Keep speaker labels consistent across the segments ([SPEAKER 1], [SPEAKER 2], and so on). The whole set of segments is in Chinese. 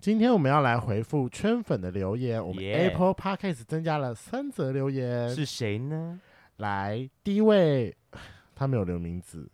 [SPEAKER 1] 今天我们要来回复圈粉的留言，我们
[SPEAKER 2] Yeah
[SPEAKER 1] Apple Podcast 增加了三则留言。
[SPEAKER 2] 是谁呢？
[SPEAKER 1] 来，第一位， 他没有留名字，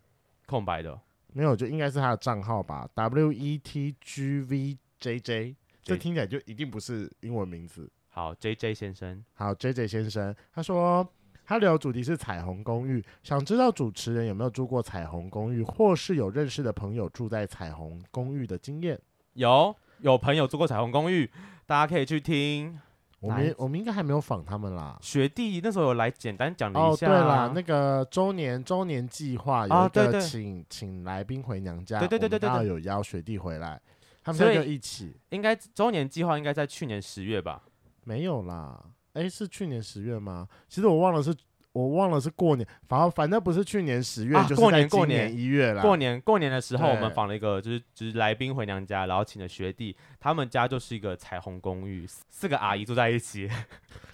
[SPEAKER 2] 空白的哦，
[SPEAKER 1] 没有就应该是他的账号吧，W E T G V J J，这听起来就一定不是英文名字。
[SPEAKER 2] 好，J J 先生，
[SPEAKER 1] 好，J J 先生，他说他聊主题是彩虹公寓，想知道主持人有没有住过彩虹公寓，或是有认识的朋友住在彩虹公寓的经验。
[SPEAKER 2] 有有朋友住过彩虹公寓，大家可以去听。
[SPEAKER 1] 我
[SPEAKER 2] 哪一
[SPEAKER 1] 们
[SPEAKER 2] 集
[SPEAKER 1] 我们应该还没有访他们啦。
[SPEAKER 2] 学弟那时候有来简单讲了
[SPEAKER 1] 哦
[SPEAKER 2] 一，下
[SPEAKER 1] 对
[SPEAKER 2] 啊、
[SPEAKER 1] 啦，那个周年周年计划有
[SPEAKER 2] 啊
[SPEAKER 1] 一
[SPEAKER 2] 对
[SPEAKER 1] 个
[SPEAKER 2] 对
[SPEAKER 1] 请、请来宾回娘家，
[SPEAKER 2] 对对对对对对
[SPEAKER 1] 然后有邀学弟回来，他们
[SPEAKER 2] 所
[SPEAKER 1] 三
[SPEAKER 2] 以
[SPEAKER 1] 个一起
[SPEAKER 2] 应该周年计划应该在去年十月吧？
[SPEAKER 1] 没有啦？诶，是去年十月吗？其实我忘了是，我忘了是过年，反正反正不是去年十月，
[SPEAKER 2] 啊
[SPEAKER 1] 就是
[SPEAKER 2] 过
[SPEAKER 1] 在
[SPEAKER 2] 年过
[SPEAKER 1] 今
[SPEAKER 2] 年
[SPEAKER 1] 一月啦。
[SPEAKER 2] 过年过年的时候，
[SPEAKER 1] 对
[SPEAKER 2] 我们访了一个就是就是来宾回娘家，然后请了学弟，他们家就是一个彩虹公寓，四四个阿姨住在一起。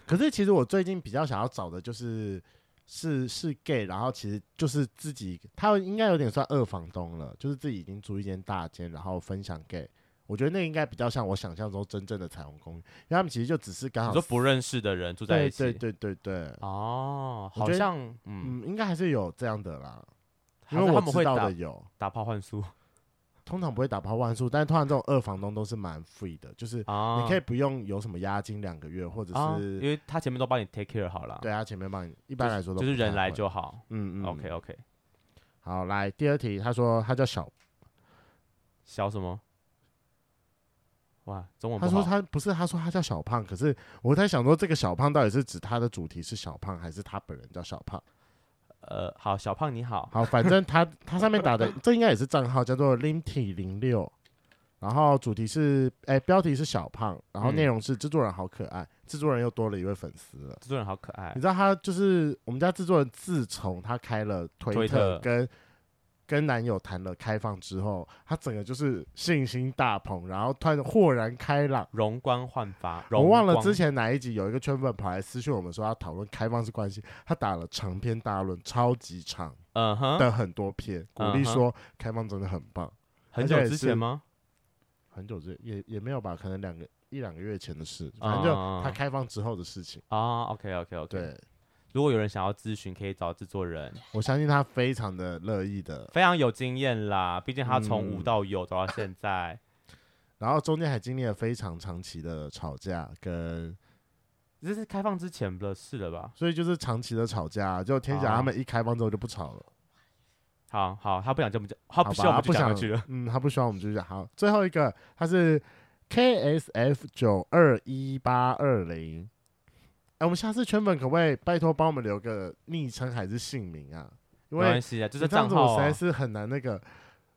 [SPEAKER 1] 可是其实我最近比较想要找的就是是是 gay，然后其实就是自己，他应该有点算二房东了，就是自己已经租一间大间，然后分享 gay。我觉得那应该比较像我想象中真正的彩虹公寓，因为他们其实就只是刚
[SPEAKER 2] 你
[SPEAKER 1] 好
[SPEAKER 2] 说不认识的人住在
[SPEAKER 1] 对
[SPEAKER 2] 一起，
[SPEAKER 1] 对对对对，
[SPEAKER 2] 哦，
[SPEAKER 1] 我
[SPEAKER 2] 好
[SPEAKER 1] 觉得
[SPEAKER 2] 像嗯，
[SPEAKER 1] 嗯，应该还是有这样的啦，因
[SPEAKER 2] 好
[SPEAKER 1] 为
[SPEAKER 2] 像
[SPEAKER 1] 我
[SPEAKER 2] 他们
[SPEAKER 1] 知
[SPEAKER 2] 会
[SPEAKER 1] 道
[SPEAKER 2] 打
[SPEAKER 1] 的有，
[SPEAKER 2] 打炮换宿
[SPEAKER 1] 通常不会打包万数，但通常这种二房东都是蛮 free 的，就是
[SPEAKER 2] 啊，
[SPEAKER 1] 你可以不用有什么押金两个月，或者
[SPEAKER 2] 啊，
[SPEAKER 1] 是
[SPEAKER 2] 因为他前面都帮你 take care 好了，
[SPEAKER 1] 对，他前面帮你，一
[SPEAKER 2] 一
[SPEAKER 1] 般来说都
[SPEAKER 2] 就是
[SPEAKER 1] 不太
[SPEAKER 2] 人来
[SPEAKER 1] 会
[SPEAKER 2] 就好。
[SPEAKER 1] 嗯嗯
[SPEAKER 2] OK
[SPEAKER 1] 嗯
[SPEAKER 2] OK，
[SPEAKER 1] 好，来第二题，他说他叫小，
[SPEAKER 2] 小什么？哇，中文不
[SPEAKER 1] 他
[SPEAKER 2] 好。
[SPEAKER 1] 说他不是，他说他叫小胖，可是我在想说这个小胖到底是指他的主题是小胖，还是他本人叫小胖？
[SPEAKER 2] 呃，好，小胖你好，
[SPEAKER 1] 好，反正他他上面打的 这应该也是账号，叫做 limty 零六，然后主题是哎、标题是小胖，然后内
[SPEAKER 2] 嗯
[SPEAKER 1] 容是制作人好可爱，制作人又多了一位粉丝了。
[SPEAKER 2] 制作人好可爱
[SPEAKER 1] 你。知道他就是我们家制作人，自从他开了推
[SPEAKER 2] 推
[SPEAKER 1] 特
[SPEAKER 2] 特
[SPEAKER 1] 跟跟男友谈了开放之后，他整个就是信心大膨，然后突然豁然开朗。
[SPEAKER 2] 容光焕发，
[SPEAKER 1] 我忘了
[SPEAKER 2] 容光
[SPEAKER 1] 之前哪一集有一个圈粉跑来私讯我们说要讨论开放式关系，他打了长篇大论，超级长
[SPEAKER 2] 嗯哼，
[SPEAKER 1] 的很多篇，鼓励
[SPEAKER 2] 嗯哼
[SPEAKER 1] 说开放真的很棒。
[SPEAKER 2] 很
[SPEAKER 1] 而且
[SPEAKER 2] 久
[SPEAKER 1] 也
[SPEAKER 2] 之
[SPEAKER 1] 是
[SPEAKER 2] 前吗？
[SPEAKER 1] 很久之也也没有吧，可能两个一两个月前的事，反正就
[SPEAKER 2] 嗯嗯嗯
[SPEAKER 1] 他开放之后的事情。
[SPEAKER 2] 啊，OK OK OK。
[SPEAKER 1] 对，
[SPEAKER 2] 如果有人想要咨询，可以找制作人，
[SPEAKER 1] 我相信他非常的乐意的。
[SPEAKER 2] 非常有经验啦，毕竟他从
[SPEAKER 1] 嗯
[SPEAKER 2] 无到有走到现在。
[SPEAKER 1] 然后中间还经历了非常长期的吵架，跟
[SPEAKER 2] 这是开放之前的事了吧？
[SPEAKER 1] 所以就是长期的吵架，就天翔
[SPEAKER 2] 啊
[SPEAKER 1] 他们一开放之后就不吵了，
[SPEAKER 2] 好好，他不想这么讲，他不希
[SPEAKER 1] 吧
[SPEAKER 2] 望我
[SPEAKER 1] 他
[SPEAKER 2] 们
[SPEAKER 1] 不
[SPEAKER 2] 就讲
[SPEAKER 1] 想
[SPEAKER 2] 下去了。，
[SPEAKER 1] 嗯，他不希望我们继续讲。好，最后一个他是 KSF 九二一八二零，哎，我们下次圈粉可不可以拜托帮我们留个昵称还是姓名啊？因
[SPEAKER 2] 没
[SPEAKER 1] 为
[SPEAKER 2] 关系啊，就
[SPEAKER 1] 你
[SPEAKER 2] 是
[SPEAKER 1] 这样
[SPEAKER 2] 账
[SPEAKER 1] 子我
[SPEAKER 2] 号
[SPEAKER 1] 实在
[SPEAKER 2] 啊。
[SPEAKER 1] 是很难那个。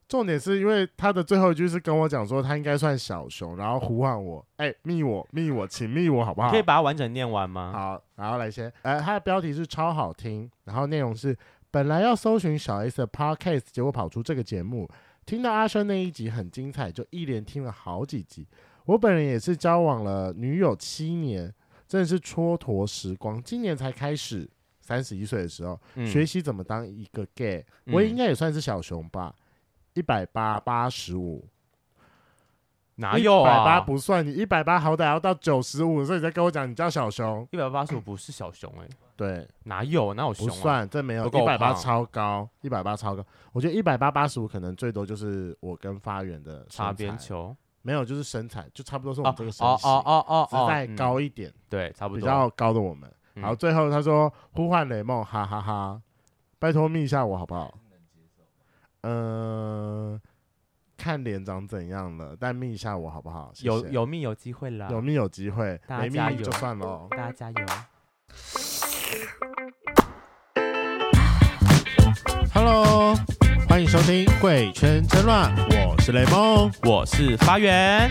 [SPEAKER 1] 重点是因为他的最后一句是跟我讲说他应该算小熊，然后呼唤我，哎、密我密我，请密我好不好？
[SPEAKER 2] 啊可以把它完整念完吗？
[SPEAKER 1] 好，然后来先，呃，它的标题是超好听，然后内容是本来要搜寻小 S 的 podcast，结果跑出这个节目，听到阿生那一集很精彩，就一连听了好几集。我本人也是交往了女友七年，真的是蹉跎时光，今年才开始。三十一岁的时候，
[SPEAKER 2] 嗯
[SPEAKER 1] 学习怎么当一个 gay，、
[SPEAKER 2] 嗯
[SPEAKER 1] 我也应该也算是小熊吧，一百八八十五，
[SPEAKER 2] 哪有
[SPEAKER 1] 一百八
[SPEAKER 2] 啊？
[SPEAKER 1] 不算，你一百八好歹要到九十五，所以你在跟我讲你叫小熊，
[SPEAKER 2] 一百八十五不是小熊哎，
[SPEAKER 1] 对，
[SPEAKER 2] 哪有哪有熊
[SPEAKER 1] 不
[SPEAKER 2] 啊？
[SPEAKER 1] 算，这没有
[SPEAKER 2] 不
[SPEAKER 1] 一
[SPEAKER 2] 够
[SPEAKER 1] 百八
[SPEAKER 2] 胖
[SPEAKER 1] 超高，一百八超高。我觉得一百八八十五可能最多就是我跟发源的身
[SPEAKER 2] 擦
[SPEAKER 1] 材
[SPEAKER 2] 边，球
[SPEAKER 1] 没有就是身材，就差不多是我
[SPEAKER 2] 哦
[SPEAKER 1] 们这个身
[SPEAKER 2] 哦
[SPEAKER 1] 形，
[SPEAKER 2] 哦哦哦
[SPEAKER 1] 只是
[SPEAKER 2] 哦，
[SPEAKER 1] 再
[SPEAKER 2] 嗯
[SPEAKER 1] 高一点，
[SPEAKER 2] 对，差不
[SPEAKER 1] 比
[SPEAKER 2] 多。
[SPEAKER 1] 较高的我们。
[SPEAKER 2] 嗯
[SPEAKER 1] 好，最后他说呼唤雷梦，哈哈哈，拜托密一下我好不好？嗯、看脸长怎样了，但密一下我好不好？谢
[SPEAKER 2] 有
[SPEAKER 1] 谢
[SPEAKER 2] 有命有机会啦，
[SPEAKER 1] 有密有机会，
[SPEAKER 2] 大
[SPEAKER 1] 没
[SPEAKER 2] 家
[SPEAKER 1] 密就
[SPEAKER 2] 有
[SPEAKER 1] 算哦喽。
[SPEAKER 2] 大家加油。
[SPEAKER 1] Hello，欢迎收听《贵圈争乱》，我是雷梦。
[SPEAKER 2] 我是发源，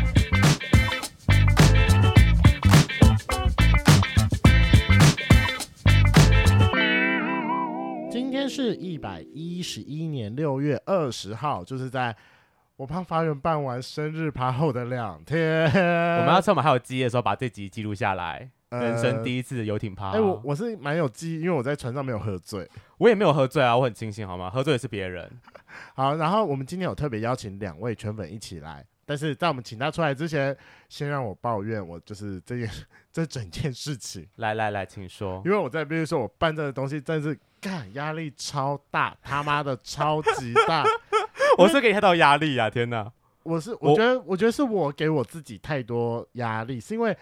[SPEAKER 1] 今天是一百一十一年六月二十号，就是在我帮法院办完生日趴后的两天，
[SPEAKER 2] 我们要趁我们还有记忆的时候把这集记录下来。人生
[SPEAKER 1] 一。
[SPEAKER 2] 第一啊次的游艇趴，
[SPEAKER 1] 呃哎、我我是蛮有记忆，因为我在船上没有喝醉。
[SPEAKER 2] 我也没有喝醉啊，我很清醒好吗？喝醉的是别人。
[SPEAKER 1] 好，然后我们今天有特别邀请两位圈粉一起来但是在我们请他出来之前，先让我抱怨我就是这件 这整件事情，
[SPEAKER 2] 来来来，请说。
[SPEAKER 1] 因为我在必须说我办这个东西真是干压力超大，他妈的超级大。
[SPEAKER 2] 我是给你太大压力啊！天哪，
[SPEAKER 1] 我是
[SPEAKER 2] 我
[SPEAKER 1] 我觉得我觉得是我给我自己太多压力，是因为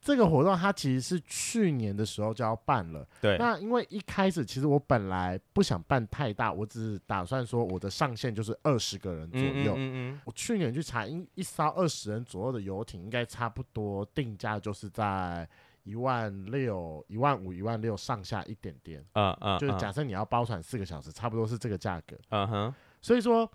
[SPEAKER 1] 这个活动它其实是去年的时候就要办了。
[SPEAKER 2] 对，
[SPEAKER 1] 那因为一开始其实我本来不想办太大，我只是打算说我的上限就是二十个人左
[SPEAKER 2] 嗯嗯
[SPEAKER 1] 右。
[SPEAKER 2] 嗯
[SPEAKER 1] 我去年去查，一一艘二十人左右的游艇，应该差不多定价就是在一万六、一万五、一万六上下一点点。
[SPEAKER 2] 嗯嗯嗯，
[SPEAKER 1] 就是
[SPEAKER 2] 嗯
[SPEAKER 1] 假设你要包船四个小时，差不多是这个价格。
[SPEAKER 2] 嗯哼，
[SPEAKER 1] 所以说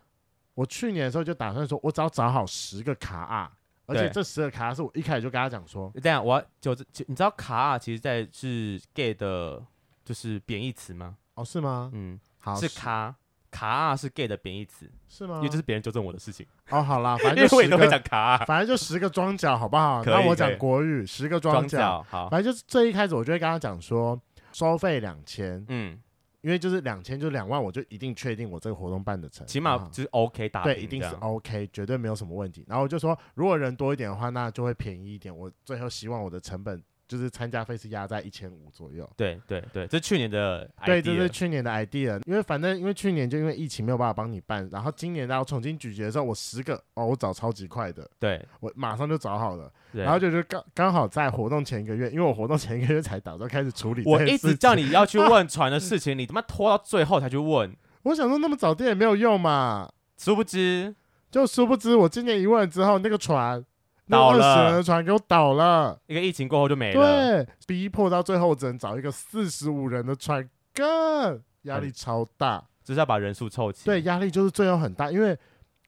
[SPEAKER 1] 我去年的时候就打算说，我只要找好十个卡啊，而且
[SPEAKER 2] 对
[SPEAKER 1] 这十个卡啊是我一开始就跟他讲说，
[SPEAKER 2] 这样我要就就你知道卡啊，其实在是 gay 的，就是贬义词吗？
[SPEAKER 1] 哦，是吗？
[SPEAKER 2] 嗯，
[SPEAKER 1] 好，
[SPEAKER 2] 是卡卡啊是 gay 的贬义词，
[SPEAKER 1] 是吗
[SPEAKER 2] 因为？这是别人纠正我的事情，
[SPEAKER 1] 哦，好啦，反
[SPEAKER 2] 因
[SPEAKER 1] 正
[SPEAKER 2] 为
[SPEAKER 1] 就
[SPEAKER 2] 我也
[SPEAKER 1] 十
[SPEAKER 2] 都会讲
[SPEAKER 1] 个，
[SPEAKER 2] 卡啊，
[SPEAKER 1] 反正就十个装脚，好不好？
[SPEAKER 2] 可以
[SPEAKER 1] 那我
[SPEAKER 2] 可以
[SPEAKER 1] 讲国语，十个
[SPEAKER 2] 装
[SPEAKER 1] 脚，
[SPEAKER 2] 脚好，
[SPEAKER 1] 反正就是这一开始我就会跟他讲说，收费两千，
[SPEAKER 2] 嗯，
[SPEAKER 1] 因为就是两千就两万，我就一定确定我这个活动办得成，啊
[SPEAKER 2] 起
[SPEAKER 1] 好不
[SPEAKER 2] 码
[SPEAKER 1] 好
[SPEAKER 2] 就是 OK 打
[SPEAKER 1] 对，
[SPEAKER 2] 平
[SPEAKER 1] 一定
[SPEAKER 2] 这
[SPEAKER 1] 是哦
[SPEAKER 2] 样
[SPEAKER 1] OK，绝对没有什么问题。然后我就说，如果人多一点的话，那就会便宜一点。我最后希望我的成本就是参加费是压在一千五左右。
[SPEAKER 2] 对对对，这是去年的
[SPEAKER 1] 对，这是
[SPEAKER 2] idea
[SPEAKER 1] 去年的 idea，因为反正因为去年就因为疫情没有办法帮你办，然后今年到重新举节的时候，我十个哦，我找超级快的，
[SPEAKER 2] 对
[SPEAKER 1] 我马上就找好了，
[SPEAKER 2] 对，
[SPEAKER 1] 然后就是刚刚好在活动前一个月，因为我活动前一个月才打算开始处理这
[SPEAKER 2] 我
[SPEAKER 1] 件
[SPEAKER 2] 一
[SPEAKER 1] 事
[SPEAKER 2] 直叫你要 去问船的事情，你他妈拖到最后才去问，
[SPEAKER 1] 我想说那么早定也没有用嘛，
[SPEAKER 2] 殊不知
[SPEAKER 1] 就殊不知我今年一问了之后，那个船那
[SPEAKER 2] 倒
[SPEAKER 1] 二
[SPEAKER 2] 了
[SPEAKER 1] 十人的船给我倒了。
[SPEAKER 2] 一个疫情过后就没了。
[SPEAKER 1] 对，逼迫到最后只能找一个四十五人的船更压力超大。
[SPEAKER 2] 就是要把人数凑齐。嗯
[SPEAKER 1] 对，，压力就是最后很大，因为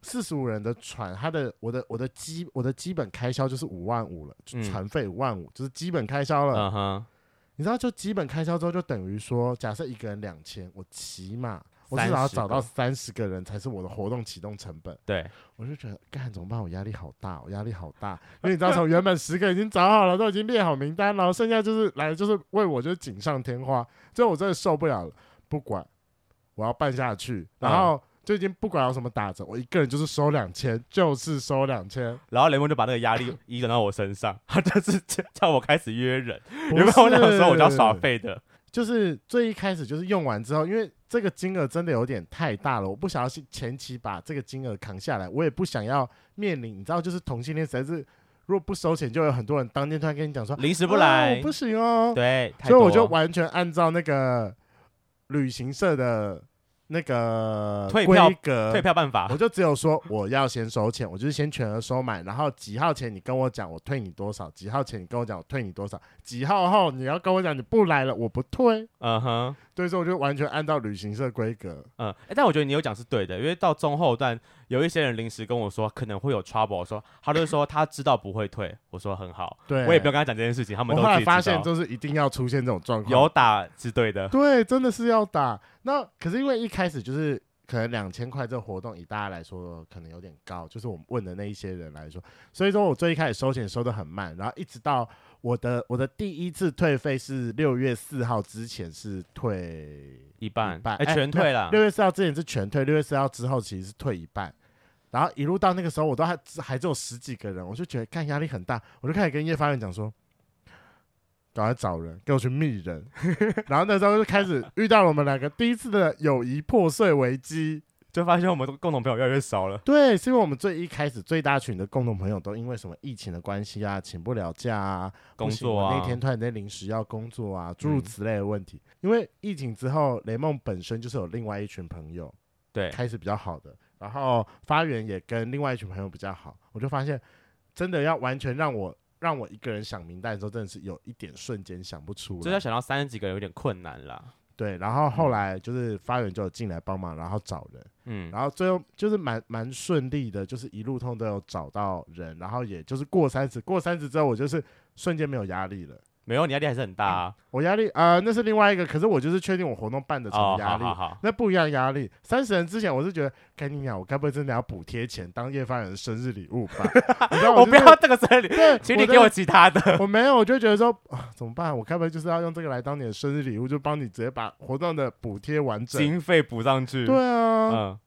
[SPEAKER 1] 四十五人的船，它的我的我的基我的基本开销就是五万五了，就
[SPEAKER 2] 嗯
[SPEAKER 1] 船费五万五就是基本开销了。
[SPEAKER 2] 嗯哼，
[SPEAKER 1] 你知道，就基本开销之后，就等于说，假设一个人两千，我起码我至
[SPEAKER 2] 30
[SPEAKER 1] 少要找到
[SPEAKER 2] 个
[SPEAKER 1] 三十个人才是我的活动启动成本。
[SPEAKER 2] 对，
[SPEAKER 1] 我就觉得干怎么办？我压力好大，我压力好大，因为你知道，从原本十个已经找好了，都已经列好名单了，剩下就是来就是为我就是锦上添花，最后我真的受不了了，不管，我要办下去，然后就已经不管有什么打折，我一个人就是收两千，就是收两千，
[SPEAKER 2] 然后雷蒙就把那个压 力移转到我身上，他就是叫叫我开始约人。
[SPEAKER 1] 不
[SPEAKER 2] 原本我想说我就要
[SPEAKER 1] 是
[SPEAKER 2] 耍废的，
[SPEAKER 1] 就是最一开始就是用完之后，因为这个金额真的有点太大了，我不想要去前期把这个金额扛下来，我也不想要面临，你知道，就是同性恋实在是，如果不收钱，就有很多人当天突然跟你讲说
[SPEAKER 2] 临时不
[SPEAKER 1] 哦
[SPEAKER 2] 来，
[SPEAKER 1] 不行哦。
[SPEAKER 2] 对，太
[SPEAKER 1] 所以我
[SPEAKER 2] 多
[SPEAKER 1] 就完全按照那个旅行社的那个
[SPEAKER 2] 退票
[SPEAKER 1] 规格
[SPEAKER 2] 退票办法
[SPEAKER 1] 呃我。就只有说我要先收钱，我就是先全额收满，然后几号前你跟我讲我退你多少，几号前你跟我讲我退你多少，几号后你要跟我讲你不来了我不退。
[SPEAKER 2] 嗯哼，
[SPEAKER 1] 对，所以我就完全按照旅行社规格。
[SPEAKER 2] 嗯，诶但我觉得你有讲是对的，因为到中后段有一些人临时跟我说可能会有 trouble，我说他就说他知道不会退，我说很好，
[SPEAKER 1] 对，
[SPEAKER 2] 我也不要跟他讲这件事情，他们
[SPEAKER 1] 我
[SPEAKER 2] 都
[SPEAKER 1] 后
[SPEAKER 2] 自
[SPEAKER 1] 来
[SPEAKER 2] 己
[SPEAKER 1] 发
[SPEAKER 2] 知
[SPEAKER 1] 现
[SPEAKER 2] 道
[SPEAKER 1] 就是一定要出现这种状况，
[SPEAKER 2] 有打是对的，
[SPEAKER 1] 对，真的是要打。那可是因为一开始就是可能两千块这个活动，以大家来说可能有点高，就是我们问的那一些人来说，所以说我最一开始收钱收的很慢，然后一直到我的我的第一次退费是六月四号之前是退
[SPEAKER 2] 一半
[SPEAKER 1] 一，半哎
[SPEAKER 2] 诶
[SPEAKER 1] 诶
[SPEAKER 2] 全退了，
[SPEAKER 1] 六月四号之前是全退，六月四号之后其实是退一半。然后一路到那个时候，我都还还只有十几个人，我就觉得看压力很大，我就开始跟叶发人讲说，赶快找人给我去密人。 然后那时候就开始遇到了我们两个第一次的友谊破碎危机。
[SPEAKER 2] 就发现我们共同朋友越来越少了。
[SPEAKER 1] 对，是因为我们最一开始最大群的共同朋友都因为什么疫情的关系啊，请不了假啊，
[SPEAKER 2] 工作
[SPEAKER 1] 不行
[SPEAKER 2] 啊嗯
[SPEAKER 1] 我那天突然间临时要工作啊，诸如此类的问题。因为疫情之后，雷梦本身就是有另外一群朋友，
[SPEAKER 2] 对，
[SPEAKER 1] 开始比较好的，然后发源也跟另外一群朋友比较好，我就发现真的要完全让我让我一个人想明白的时候，真的是有一点瞬间想不出
[SPEAKER 2] 就是要
[SPEAKER 1] 来。
[SPEAKER 2] 想到三十几个人有点困难啦。
[SPEAKER 1] 对，然后后来就是发源就有进来帮忙，然后找人，
[SPEAKER 2] 嗯，
[SPEAKER 1] 然后最后就是蛮蛮顺利的，就是一路通都有找到人，然后也就是过三十，过三十之后我就是瞬间没有压力了。
[SPEAKER 2] 没有，你压力还是很大啊。
[SPEAKER 1] 我压力啊、呃那是另外一个，可是我就是确定我活动办得成
[SPEAKER 2] 哦，
[SPEAKER 1] 压
[SPEAKER 2] 好
[SPEAKER 1] 力，
[SPEAKER 2] 好好，
[SPEAKER 1] 那不一样的压力。三十人之前，我是觉得，赶紧讲，我该不会真的要补贴钱当叶凡人的生日礼物吧？ 你知道
[SPEAKER 2] 我
[SPEAKER 1] 就
[SPEAKER 2] 不
[SPEAKER 1] 是
[SPEAKER 2] 要这个生日，
[SPEAKER 1] 对，
[SPEAKER 2] 请你给我
[SPEAKER 1] 真
[SPEAKER 2] 其他的。
[SPEAKER 1] 的，我没有，我就觉得说啊，怎么办？我该不会就是要用这个来当你的生日礼物，就帮你直接把活动的补贴完整？
[SPEAKER 2] 经费补上去。
[SPEAKER 1] 对啊，
[SPEAKER 2] 嗯，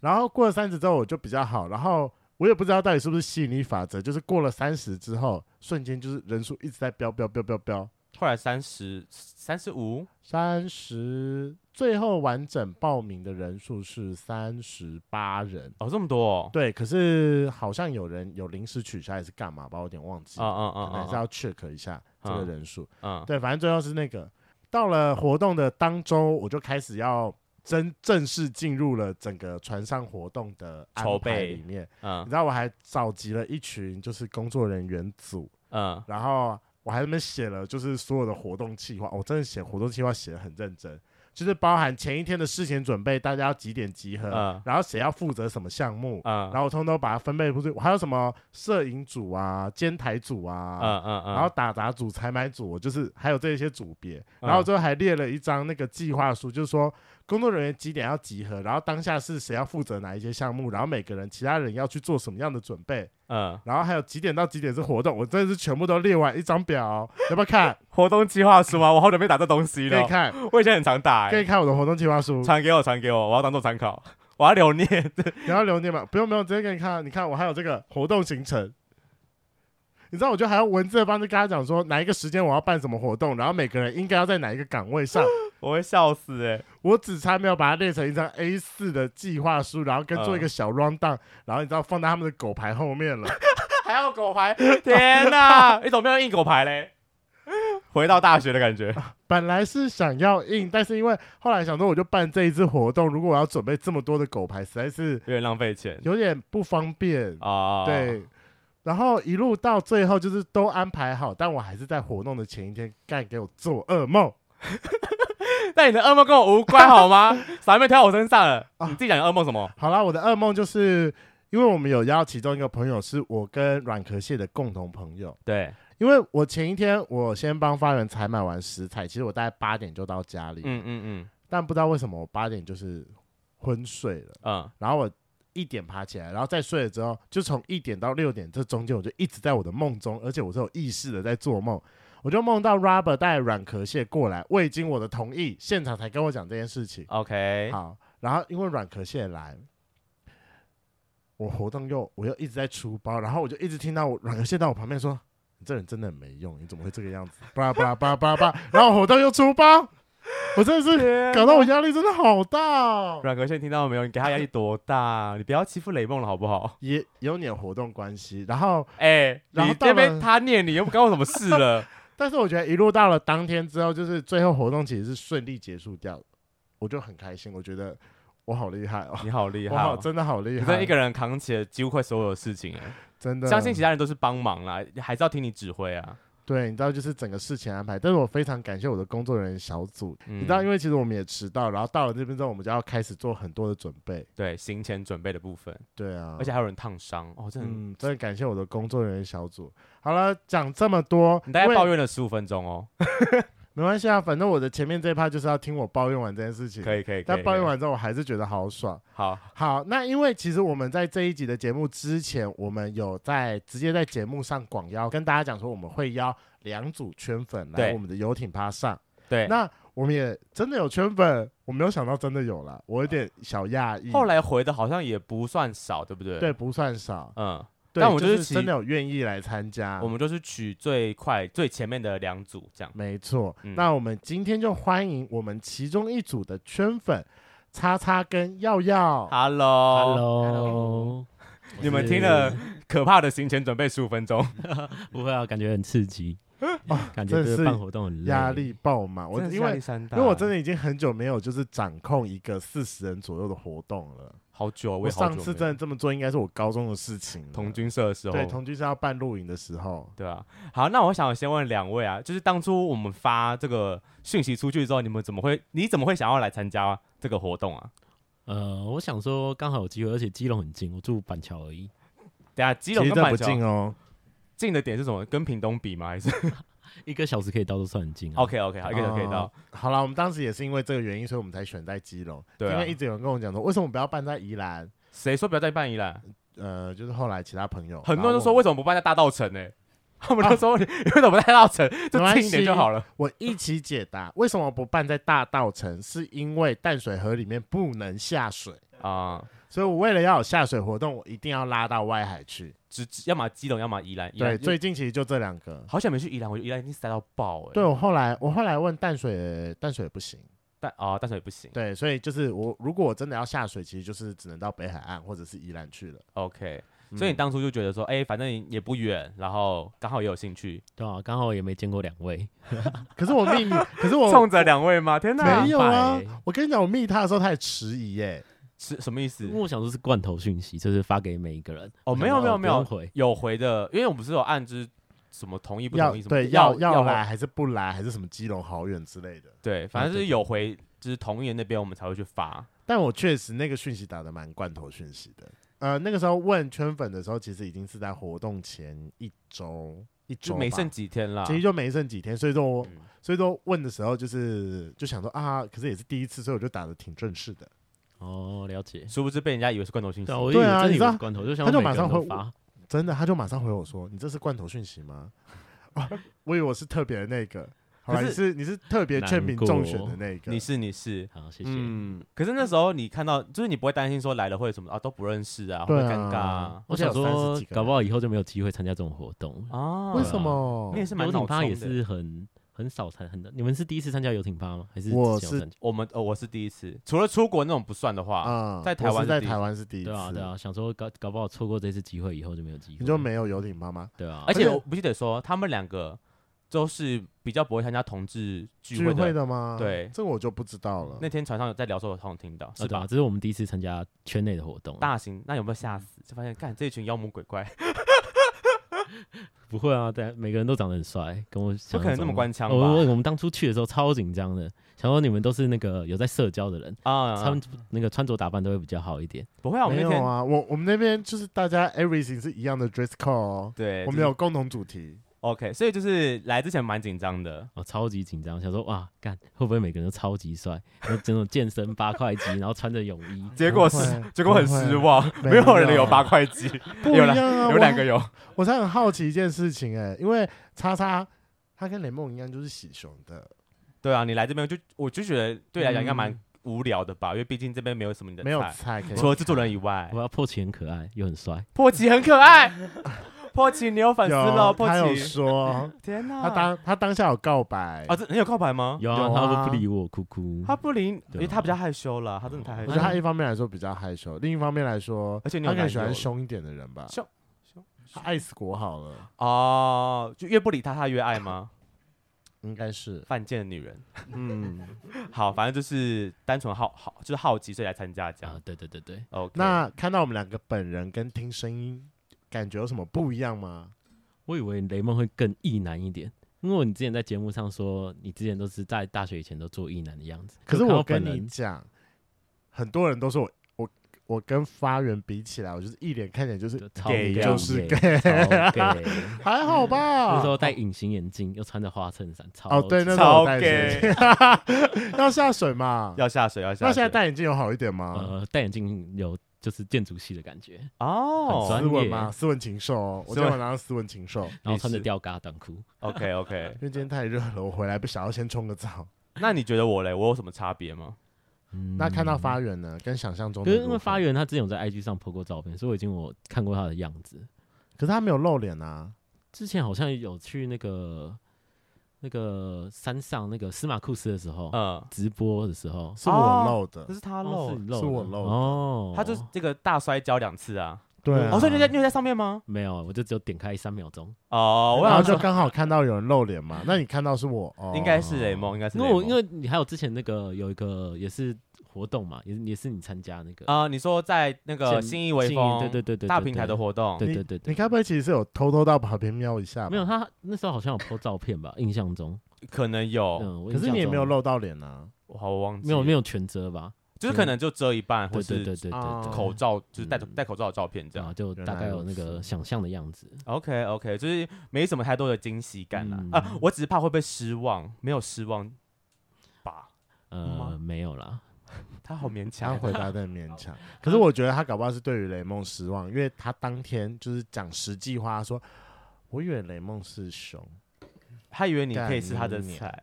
[SPEAKER 1] 然后过了三十之后，我就比较好，然后。我我也不知道到底是不是吸引力法则，就是过了三十之后，瞬间就是人数一直在飙飙飙飙飙，
[SPEAKER 2] 后来三十三十五，
[SPEAKER 1] 三十最后完整报名的人数是三十八人。
[SPEAKER 2] 哦，这么多哦，
[SPEAKER 1] 对，可是好像有人有临时取消还是干嘛吧，我有点忘记，
[SPEAKER 2] 嗯嗯
[SPEAKER 1] 可
[SPEAKER 2] 嗯
[SPEAKER 1] 能还是
[SPEAKER 2] 嗯
[SPEAKER 1] 要 check 一下这个人数。
[SPEAKER 2] 嗯，
[SPEAKER 1] 对，反正最后是那个到了活动的当周，我就开始要真正式进入了整个船上活动的安排
[SPEAKER 2] 筹备
[SPEAKER 1] 里面。你
[SPEAKER 2] 嗯
[SPEAKER 1] 知道我还召集了一群就是工作人员组，
[SPEAKER 2] 嗯
[SPEAKER 1] 然后我还在那边写了就是所有的活动计划，我哦真的写活动计划写的很认真，就是包含前一天的事前准备，大家要几点集合，
[SPEAKER 2] 嗯
[SPEAKER 1] 然后谁要负责什么项目，
[SPEAKER 2] 嗯，
[SPEAKER 1] 然后我通通都把它分配出去。我还有什么摄影组啊、监台组啊，
[SPEAKER 2] 嗯嗯嗯，
[SPEAKER 1] 然后打杂组、采买组，我就是还有这些组别，
[SPEAKER 2] 嗯
[SPEAKER 1] 然后最后还列了一张那个计划书，就是说工作人员几点要集合，然后当下是谁要负责哪一些项目，然后每个人其他人要去做什么样的准备，
[SPEAKER 2] 嗯，
[SPEAKER 1] 然后还有几点到几点是活动，我真的是全部都列完一张 表，要不要看？
[SPEAKER 2] 活动计划书吗？我好久没打这东西
[SPEAKER 1] 可
[SPEAKER 2] 了
[SPEAKER 1] 以，看，
[SPEAKER 2] 我以前很常打、
[SPEAKER 1] 可以
[SPEAKER 2] 欸，
[SPEAKER 1] 看我的活动计划书，
[SPEAKER 2] 传给我，传给我，我要当做参考， 我要留念。
[SPEAKER 1] 你要留念吗？不用不用，直接给你看，你看我还有这个活动行程。你知道，我就还要文字的方式跟他讲说，哪一个时间我要办什么活动，然后每个人应该要在哪一个岗位上，
[SPEAKER 2] 我会笑死哎、
[SPEAKER 1] 我只差没有把它列成一张 A 4的计划书，然后跟做一个小 round down，、然后你知道放到他们的狗牌后面了。
[SPEAKER 2] 还要狗牌， 天 哪、你怎么没有硬狗牌嘞？回到大学的感觉，
[SPEAKER 1] 本来是想要印，但是因为后来想说，我就办这一次活动，如果我要准备这么多的狗牌，实在是
[SPEAKER 2] 有点浪费钱
[SPEAKER 1] 有点不方便。
[SPEAKER 2] 啊。，
[SPEAKER 1] 对，然后一路到最后就是都安排好，但我还是在活动的前一天干给我做噩梦。
[SPEAKER 2] 但你的噩梦跟我无关好 吗？傻妹跳到我身上了，
[SPEAKER 1] 啊
[SPEAKER 2] 你自己讲你的噩梦什么？
[SPEAKER 1] 好啦，我的噩梦就是因为我们有邀其中一个朋友是我跟软壳蟹的共同朋友。
[SPEAKER 2] 对，
[SPEAKER 1] 因为我前一天我先帮发源采买完食材，其实我大概八点就到家里，
[SPEAKER 2] 嗯嗯嗯
[SPEAKER 1] 但不知道为什么我八点就是昏睡了，
[SPEAKER 2] 嗯，
[SPEAKER 1] 然后我一点爬起来，然后再睡了之后，就从一点到六点这中间我就一直在我的梦中，而且我是有意识的在做梦，我就梦到 Rubber 带软壳蟹过来，未经我的同意，现场才跟我讲这件事情。
[SPEAKER 2] OK，
[SPEAKER 1] 好，然后因为软壳蟹来，我活动又我又一直在出包，然后我就一直听到我软壳蟹到我旁边说：“你这人真的很没用，你怎么会这个样子？”巴拉巴拉巴拉巴拉巴拉，然后活动又出包，我真的是搞到我压力真的好大、哦，
[SPEAKER 2] 阮格现在听到没有？你给他压力多大？啊你不要欺负雷梦了好不 好？
[SPEAKER 1] 也有点活动关系。然后，
[SPEAKER 2] 哎、
[SPEAKER 1] 然后
[SPEAKER 2] 你
[SPEAKER 1] 到了
[SPEAKER 2] 这边他念你又不干我什么事了？
[SPEAKER 1] 但是我觉得一路到了当天之后，就是最后活动其实是顺利结束掉的，我就很开心，我觉得我好厉害哦，
[SPEAKER 2] 你好 厉
[SPEAKER 1] 我
[SPEAKER 2] 害
[SPEAKER 1] 好
[SPEAKER 2] 哦、
[SPEAKER 1] 真的好厉
[SPEAKER 2] 你
[SPEAKER 1] 害，啊
[SPEAKER 2] 真的一个人扛起了几乎快所有的事情、哎。
[SPEAKER 1] 真的
[SPEAKER 2] 相信其他人都是帮忙啦，还是要听你指挥啊。
[SPEAKER 1] 对，你知道就是整个事情安排，但是我非常感谢我的工作人员小组，
[SPEAKER 2] 嗯
[SPEAKER 1] 你知道，因为其实我们也迟到，然后到了这边之后，我们就要开始做很多的准备。
[SPEAKER 2] 对行前准备的部分，
[SPEAKER 1] 对啊，
[SPEAKER 2] 而且还有人烫伤哦，真的很。
[SPEAKER 1] 嗯，真的感谢我的工作人员小组。好了，讲这么多，
[SPEAKER 2] 你大
[SPEAKER 1] 因
[SPEAKER 2] 概
[SPEAKER 1] 为
[SPEAKER 2] 抱怨了十五分钟哦，
[SPEAKER 1] 没关系啊，反正我的前面这一趴就是要听我抱怨完这件事情。
[SPEAKER 2] 可
[SPEAKER 1] 以，
[SPEAKER 2] 以可以。可
[SPEAKER 1] 但
[SPEAKER 2] 以
[SPEAKER 1] 抱怨
[SPEAKER 2] 可以
[SPEAKER 1] 完之后，我还是觉得好爽。
[SPEAKER 2] 好，
[SPEAKER 1] 好，那因为其实我们在这一集的节目之前，我们有在直接在节目上广邀跟大家讲说，我们会邀两组圈粉来
[SPEAKER 2] 对
[SPEAKER 1] 我们的游艇趴上。
[SPEAKER 2] 对。
[SPEAKER 1] 那我们也真的有圈粉，我没有想到真的有了，我有点小讶异。
[SPEAKER 2] 后来回的好像也不算少，对不对？
[SPEAKER 1] 对，不算少，
[SPEAKER 2] 嗯，
[SPEAKER 1] 对
[SPEAKER 2] 但我
[SPEAKER 1] 就
[SPEAKER 2] 就是
[SPEAKER 1] 是
[SPEAKER 2] 其
[SPEAKER 1] 真的有愿意来参加
[SPEAKER 2] 我。们就是取最快最前面的两组这样。
[SPEAKER 1] 没错，
[SPEAKER 2] 嗯
[SPEAKER 1] 那我们今天就欢迎我们其中一组的圈粉叉叉跟耀耀。
[SPEAKER 2] Hello，
[SPEAKER 3] Hello，
[SPEAKER 2] 你们听了可怕的行前准备十五分钟，
[SPEAKER 3] 不会啊？感觉很刺激，感觉
[SPEAKER 1] 啊真
[SPEAKER 3] 这
[SPEAKER 1] 是
[SPEAKER 3] 个办活动很累
[SPEAKER 1] 压。力爆满， 我
[SPEAKER 2] 真的是
[SPEAKER 1] 因
[SPEAKER 2] 压
[SPEAKER 1] 为
[SPEAKER 2] 力山大
[SPEAKER 1] 因为我真的已经很久没有就是掌控一个四十人左右的活动了。
[SPEAKER 2] 好久，啊
[SPEAKER 1] 我
[SPEAKER 2] 也好久
[SPEAKER 1] 上次
[SPEAKER 2] 没
[SPEAKER 1] 真的这么做，应该是我高中的事情了。
[SPEAKER 2] 童军社的时候，
[SPEAKER 1] 对同居是要办露营的时候，
[SPEAKER 2] 对啊，好，那我想先问两位啊，就是当初我们发这个讯息出去之后，你们怎么会，你怎么会想要来参加这个活动啊？
[SPEAKER 3] 呃，我想说刚好有机会，而且基隆很近，我住板桥而已，
[SPEAKER 2] 等一下，基
[SPEAKER 1] 其
[SPEAKER 2] 隆
[SPEAKER 1] 实
[SPEAKER 2] 跟
[SPEAKER 1] 这
[SPEAKER 2] 板
[SPEAKER 1] 不
[SPEAKER 2] 桥
[SPEAKER 1] 近哦，
[SPEAKER 2] 近的点是什么？跟屏东比 吗？还是
[SPEAKER 3] 一个小时可以到都算很近、啊。
[SPEAKER 2] OK OK 好，一个就可以到
[SPEAKER 1] 哦。好啦，我们当时也是因为这个原因，所以我们才选在基隆。
[SPEAKER 2] 对啊
[SPEAKER 1] 因为一直有人跟我讲说，为什么不要办在宜兰？
[SPEAKER 2] 谁说不要再办宜兰？
[SPEAKER 1] 呃，就是后来其他朋友，
[SPEAKER 2] 很多人都说
[SPEAKER 1] 为
[SPEAKER 2] 为什么不办在大道城呢？他们都说 你为什么不在大道城？
[SPEAKER 1] 啊没
[SPEAKER 2] 就
[SPEAKER 1] 关
[SPEAKER 2] 近一点就
[SPEAKER 1] 系
[SPEAKER 2] 好了。
[SPEAKER 1] 我一起解答，为什么不办在大道城？是因为淡水河里面不能下水，
[SPEAKER 2] 啊，
[SPEAKER 1] 所以我为了要有下水活动，我一定要拉到外海去。
[SPEAKER 2] 只只要么基隆，要么宜兰。宜
[SPEAKER 1] 对，
[SPEAKER 2] 兰就
[SPEAKER 1] 最近其实就这两个。
[SPEAKER 2] 好久没去宜兰，我觉得宜兰已经塞到爆哎、
[SPEAKER 1] 对哦我后来，我后来问淡水，淡水不行。
[SPEAKER 2] 但哦，淡水不行。
[SPEAKER 1] 对，所以就是我如果我真的要下水，其实就是只能到北海岸或者是宜兰去了。
[SPEAKER 2] OK，所以你当初就觉得说，哎、反正也不远，然后刚好也有兴趣，
[SPEAKER 3] 对啊，刚好也没见过两位，
[SPEAKER 1] 可是我 密你，可是我
[SPEAKER 2] 冲着两位吗？天哪
[SPEAKER 1] 哦没，有啊
[SPEAKER 3] 很白欸！
[SPEAKER 1] 我跟你讲，我密他的时候他也迟疑耶、
[SPEAKER 2] 是什么意思
[SPEAKER 3] 因为？我想说是罐头讯息，就是发给每一个人。
[SPEAKER 2] 哦，
[SPEAKER 3] 我想
[SPEAKER 2] 没有
[SPEAKER 3] 说
[SPEAKER 2] 没有
[SPEAKER 3] 不
[SPEAKER 2] 没有
[SPEAKER 3] 用，回，
[SPEAKER 2] 有回的，因为我们不是有按之什么同意不
[SPEAKER 1] 要
[SPEAKER 2] 同意什么
[SPEAKER 1] 对
[SPEAKER 2] 要
[SPEAKER 1] 要
[SPEAKER 2] 回
[SPEAKER 1] 来还是不来，还是什么基隆好远之类的。
[SPEAKER 2] 对，反正就
[SPEAKER 3] 对
[SPEAKER 2] 是有回，就是同意的那边我们才会去发。
[SPEAKER 1] 但我确实那个讯息打的蛮罐头讯息的。呃，那个时候问圈粉的时候，其实已经是在活动前一周一周
[SPEAKER 2] 就
[SPEAKER 1] 吧
[SPEAKER 2] 没剩几天啦
[SPEAKER 1] 其。实就没剩几天，所以说我、
[SPEAKER 2] 嗯
[SPEAKER 1] 所以说问的时候就是就想说啊，可是也是第一次，所以我就打的挺正式的。
[SPEAKER 3] 哦，了解。
[SPEAKER 2] 殊不知被人家以为是罐头信息
[SPEAKER 3] 对啊，，我以
[SPEAKER 1] 对
[SPEAKER 3] 为
[SPEAKER 1] 啊
[SPEAKER 3] 真的
[SPEAKER 1] 你
[SPEAKER 3] 以
[SPEAKER 1] 知
[SPEAKER 3] 为
[SPEAKER 1] 道
[SPEAKER 3] 是罐头，就想
[SPEAKER 1] 他就
[SPEAKER 3] 每个
[SPEAKER 1] 马上
[SPEAKER 3] 人都
[SPEAKER 1] 回
[SPEAKER 3] 发，
[SPEAKER 1] 真的，他就马上回我说：“你这是罐头讯息吗？” 哦我以为我是特别的那个，好吧，
[SPEAKER 2] 可
[SPEAKER 1] 你是你是特别劝民众选的那个，
[SPEAKER 2] 你是你是。
[SPEAKER 3] 好，谢谢。
[SPEAKER 2] 嗯，可是那时候你看到，就是你不会担心说来了会有什么啊都不认识啊，会不会
[SPEAKER 1] 对
[SPEAKER 2] 尴
[SPEAKER 1] 啊
[SPEAKER 2] 尬啊？
[SPEAKER 3] 我想
[SPEAKER 1] 而且有
[SPEAKER 3] 说
[SPEAKER 1] 30几，个人
[SPEAKER 3] 搞不好以后就没有机会参加这种活动。
[SPEAKER 2] 啊
[SPEAKER 1] 为什么
[SPEAKER 2] 你？也是蛮哦
[SPEAKER 3] 游
[SPEAKER 2] 脑
[SPEAKER 3] 艇趴
[SPEAKER 2] 冲
[SPEAKER 3] 也
[SPEAKER 2] 的。
[SPEAKER 3] 是很很少参，很你们是第一次参加游艇趴吗？还是
[SPEAKER 1] 我
[SPEAKER 3] 之
[SPEAKER 1] 是
[SPEAKER 3] 前有参加
[SPEAKER 2] 我们呃我是第一次，除了出国那种不算的话，
[SPEAKER 1] 啊
[SPEAKER 2] 在台湾
[SPEAKER 1] 我是在
[SPEAKER 2] 是第一次
[SPEAKER 1] 台湾是第一次，
[SPEAKER 3] 对啊对啊，想说搞搞不好错过这次机会，以后就没有机会。
[SPEAKER 1] 你就没有游艇妈妈
[SPEAKER 3] 对啊？
[SPEAKER 2] 而
[SPEAKER 1] 而且
[SPEAKER 2] 且我不记得说他们两个都是比较不会参加同志聚
[SPEAKER 1] 聚
[SPEAKER 2] 会
[SPEAKER 1] 会
[SPEAKER 2] 的。
[SPEAKER 1] 的吗？
[SPEAKER 2] 对
[SPEAKER 1] 这个我就不知道了。
[SPEAKER 2] 那天船上有在聊的时候，我好像听到
[SPEAKER 3] 啊
[SPEAKER 2] 是
[SPEAKER 3] 对啊，
[SPEAKER 2] 吧？
[SPEAKER 3] 这是我们第一次参加圈内的活动。啊
[SPEAKER 2] 大型那有没有吓死？
[SPEAKER 1] 嗯
[SPEAKER 2] 就发现干这一群妖魔鬼怪，
[SPEAKER 3] 不会啊，对啊，每个人都长得很帅，跟我
[SPEAKER 2] 不
[SPEAKER 3] 想
[SPEAKER 2] 可能
[SPEAKER 3] 象
[SPEAKER 2] 那么
[SPEAKER 3] 中
[SPEAKER 2] 官腔
[SPEAKER 3] 我我
[SPEAKER 2] 吧？
[SPEAKER 3] 我们当初去的时候超紧张的，想说你们都是那个有在社交的
[SPEAKER 1] 哦
[SPEAKER 3] 人，
[SPEAKER 2] 啊，
[SPEAKER 3] 他们那个穿着打扮都会比较好一点。
[SPEAKER 2] 不会啊，我
[SPEAKER 1] 没
[SPEAKER 2] 们那
[SPEAKER 1] 有
[SPEAKER 2] 天
[SPEAKER 1] 啊，我我们那边就是大家 everything 是一样的 dress code，哦
[SPEAKER 2] 对，
[SPEAKER 1] 我
[SPEAKER 2] 就
[SPEAKER 1] 们
[SPEAKER 2] 是
[SPEAKER 1] 有共同主 题。
[SPEAKER 2] OK，所以就是来之前蛮紧张的，
[SPEAKER 3] 我哦超级紧张，想说哇，干会不会每个人都超级帅，然后整种健身八块肌，然后穿着泳 衣，
[SPEAKER 2] 结
[SPEAKER 1] 果不是会 结果很不会失
[SPEAKER 2] 望
[SPEAKER 1] 没没有人有有八
[SPEAKER 2] 块 肌，
[SPEAKER 1] 不一样啊！我
[SPEAKER 2] 个有。
[SPEAKER 1] 我才很好奇一件事情哎、因为叉叉他跟雷梦一样就是喜熊的，
[SPEAKER 2] 对啊，你来这边就我就觉得对你来讲应该蛮
[SPEAKER 1] 嗯
[SPEAKER 2] 无聊的吧，因为毕竟这边没有什么你的
[SPEAKER 1] 没有
[SPEAKER 2] 菜，
[SPEAKER 1] 菜可 以。
[SPEAKER 2] 除了制作人以外
[SPEAKER 3] 我，要破奇很可爱又很帅，
[SPEAKER 2] 破奇很可 爱，破奇你有粉丝了，啊
[SPEAKER 1] 有
[SPEAKER 2] 破
[SPEAKER 1] 他有
[SPEAKER 2] 奇，
[SPEAKER 1] 说，
[SPEAKER 2] 天哪，
[SPEAKER 1] 他当他当下有告白
[SPEAKER 2] 啊，，这你有告白吗？
[SPEAKER 3] 有
[SPEAKER 1] 有
[SPEAKER 3] 啊，
[SPEAKER 1] 啊
[SPEAKER 3] 他都不理我，哭哭。
[SPEAKER 2] 他不理，
[SPEAKER 3] 对啊
[SPEAKER 2] 因为他比较害羞了，嗯他真的太害
[SPEAKER 1] 我觉得他
[SPEAKER 2] 羞。
[SPEAKER 1] 一方面来说比较害羞，另一方面来说，
[SPEAKER 2] 而且你有
[SPEAKER 1] 他可能喜
[SPEAKER 2] 男
[SPEAKER 1] 欢
[SPEAKER 2] 友
[SPEAKER 1] 凶一点的人吧，
[SPEAKER 2] 凶凶
[SPEAKER 1] 他爱死国好了，
[SPEAKER 2] 哦，就越不理他，他越 爱吗？
[SPEAKER 1] 应该是，
[SPEAKER 2] 犯贱的女人。
[SPEAKER 1] 嗯，
[SPEAKER 2] 好，反正就是单纯好好，就是好奇，所以来参加这
[SPEAKER 3] 啊
[SPEAKER 2] 样。，
[SPEAKER 3] 对对对对，
[SPEAKER 2] OK，
[SPEAKER 1] 那看到我们两个本人跟听声音，感觉有什么不一样吗？
[SPEAKER 3] 我以为雷梦会更意男一点，因为你之前在节目上说你之前都是在大学以前都做意男的样子，
[SPEAKER 1] 可是
[SPEAKER 3] 看
[SPEAKER 1] 我
[SPEAKER 3] 到本
[SPEAKER 1] 跟你
[SPEAKER 3] 人
[SPEAKER 1] 讲，很多人都说我我我跟发源比起来，我就是一脸看起来就是
[SPEAKER 3] 就超
[SPEAKER 2] gay
[SPEAKER 1] 就
[SPEAKER 3] 就是 gay，超 gay
[SPEAKER 1] 还
[SPEAKER 2] 嗯
[SPEAKER 1] 好吧，
[SPEAKER 3] 那时候戴隐形眼镜，又穿着花衬衫，超
[SPEAKER 1] 哦，对，
[SPEAKER 3] 级
[SPEAKER 1] 那时候我
[SPEAKER 2] 超
[SPEAKER 1] 戴眼镜， 要下水嘛。
[SPEAKER 2] 要下水，要下水。
[SPEAKER 1] 那现在戴眼镜有好一点吗？
[SPEAKER 3] 呃，戴眼镜有就是建筑系的感觉，
[SPEAKER 2] 哦
[SPEAKER 3] 很，专
[SPEAKER 1] 斯文
[SPEAKER 3] 业
[SPEAKER 1] 吗？斯文禽兽哦，我今
[SPEAKER 2] 斯
[SPEAKER 1] 天
[SPEAKER 2] 文
[SPEAKER 1] 晚上要斯文禽兽， 因
[SPEAKER 3] 然后穿着
[SPEAKER 2] 是
[SPEAKER 3] 吊嘎短裤，
[SPEAKER 2] OK OK，
[SPEAKER 1] 为今天太热了，我回来不想要先冲个澡。
[SPEAKER 2] 那你觉得我嘞，我有什么差别吗？
[SPEAKER 3] 嗯
[SPEAKER 1] 那看到发源呢，跟想象中
[SPEAKER 3] 可
[SPEAKER 1] 的
[SPEAKER 3] 是
[SPEAKER 1] 如
[SPEAKER 3] 因
[SPEAKER 1] 何
[SPEAKER 3] 为发，源他之前有在 IG 上 po 过照片，所以我已经我看过他的样子。
[SPEAKER 1] 可是他没有露脸啊。
[SPEAKER 3] 之前好像有去那个那个山上那个司马库斯的时候、
[SPEAKER 2] 嗯，
[SPEAKER 3] 直播的时候，
[SPEAKER 1] 是我露的
[SPEAKER 2] 这，是他
[SPEAKER 3] 哦
[SPEAKER 2] 漏
[SPEAKER 3] 是，你露
[SPEAKER 1] 哦是
[SPEAKER 3] 的
[SPEAKER 1] 我露的
[SPEAKER 3] 哦，
[SPEAKER 2] 他就是这个大摔跤两次啊。
[SPEAKER 1] 对啊，
[SPEAKER 2] 哦，所以你在你有在上面吗？
[SPEAKER 3] 没有，我就只有点开三秒钟，
[SPEAKER 2] 哦，我
[SPEAKER 1] 然后
[SPEAKER 2] 想
[SPEAKER 1] 就
[SPEAKER 2] 说
[SPEAKER 1] 刚好看到有人露脸嘛。那你看到是我，哦
[SPEAKER 2] 应该是雷蒙，应该是
[SPEAKER 3] 因
[SPEAKER 2] 雷
[SPEAKER 3] 为我
[SPEAKER 2] 蒙。
[SPEAKER 3] 因为你还有之前那个有一个也是活动嘛，也是也是你参加那个
[SPEAKER 2] 啊，你说在那个
[SPEAKER 3] 建
[SPEAKER 2] 新义微
[SPEAKER 3] 信义
[SPEAKER 2] 风
[SPEAKER 3] 对对对对
[SPEAKER 2] 大
[SPEAKER 3] 对
[SPEAKER 2] 平台
[SPEAKER 3] 对
[SPEAKER 2] 的活动，
[SPEAKER 3] 对
[SPEAKER 1] 你
[SPEAKER 3] 对对对
[SPEAKER 1] 你该不会其实是有偷偷到旁边瞄一下？
[SPEAKER 3] 没有，，他那时候好像有 po 照片吧，印象中，
[SPEAKER 2] 可能有，
[SPEAKER 3] 嗯，我
[SPEAKER 1] 可
[SPEAKER 3] 印
[SPEAKER 1] 是
[SPEAKER 3] 象
[SPEAKER 1] 你也没有
[SPEAKER 3] 中
[SPEAKER 1] 露到脸啊。
[SPEAKER 2] 我好我忘记，
[SPEAKER 3] 没有没
[SPEAKER 2] 有，
[SPEAKER 3] 有全遮吧，
[SPEAKER 2] 就是可能就遮一半，或
[SPEAKER 3] 对对对
[SPEAKER 2] 是
[SPEAKER 3] 对对
[SPEAKER 1] 啊
[SPEAKER 3] 对，
[SPEAKER 2] 口罩，就是戴着
[SPEAKER 3] 嗯
[SPEAKER 2] 戴口罩的照片这
[SPEAKER 3] 对啊，
[SPEAKER 2] 样。
[SPEAKER 3] 就
[SPEAKER 1] 原
[SPEAKER 3] 大
[SPEAKER 1] 来
[SPEAKER 3] 概
[SPEAKER 1] 如
[SPEAKER 3] 有那
[SPEAKER 1] 此
[SPEAKER 3] 个想象的样子。
[SPEAKER 2] OK OK，就是没什么太多的惊喜感啦
[SPEAKER 3] 嗯。
[SPEAKER 2] 啊，我只是怕会被失望，没有失望吧？吗
[SPEAKER 3] 呃，没有啦，
[SPEAKER 2] 他好勉
[SPEAKER 1] 他
[SPEAKER 2] 强，欸
[SPEAKER 1] 回答的勉强，可是我觉得他搞不好是对于雷梦失望，因为他当天就是讲实际话说，我以为雷梦是熊，
[SPEAKER 2] 他以为你可以是他的
[SPEAKER 1] 干你
[SPEAKER 2] 菜，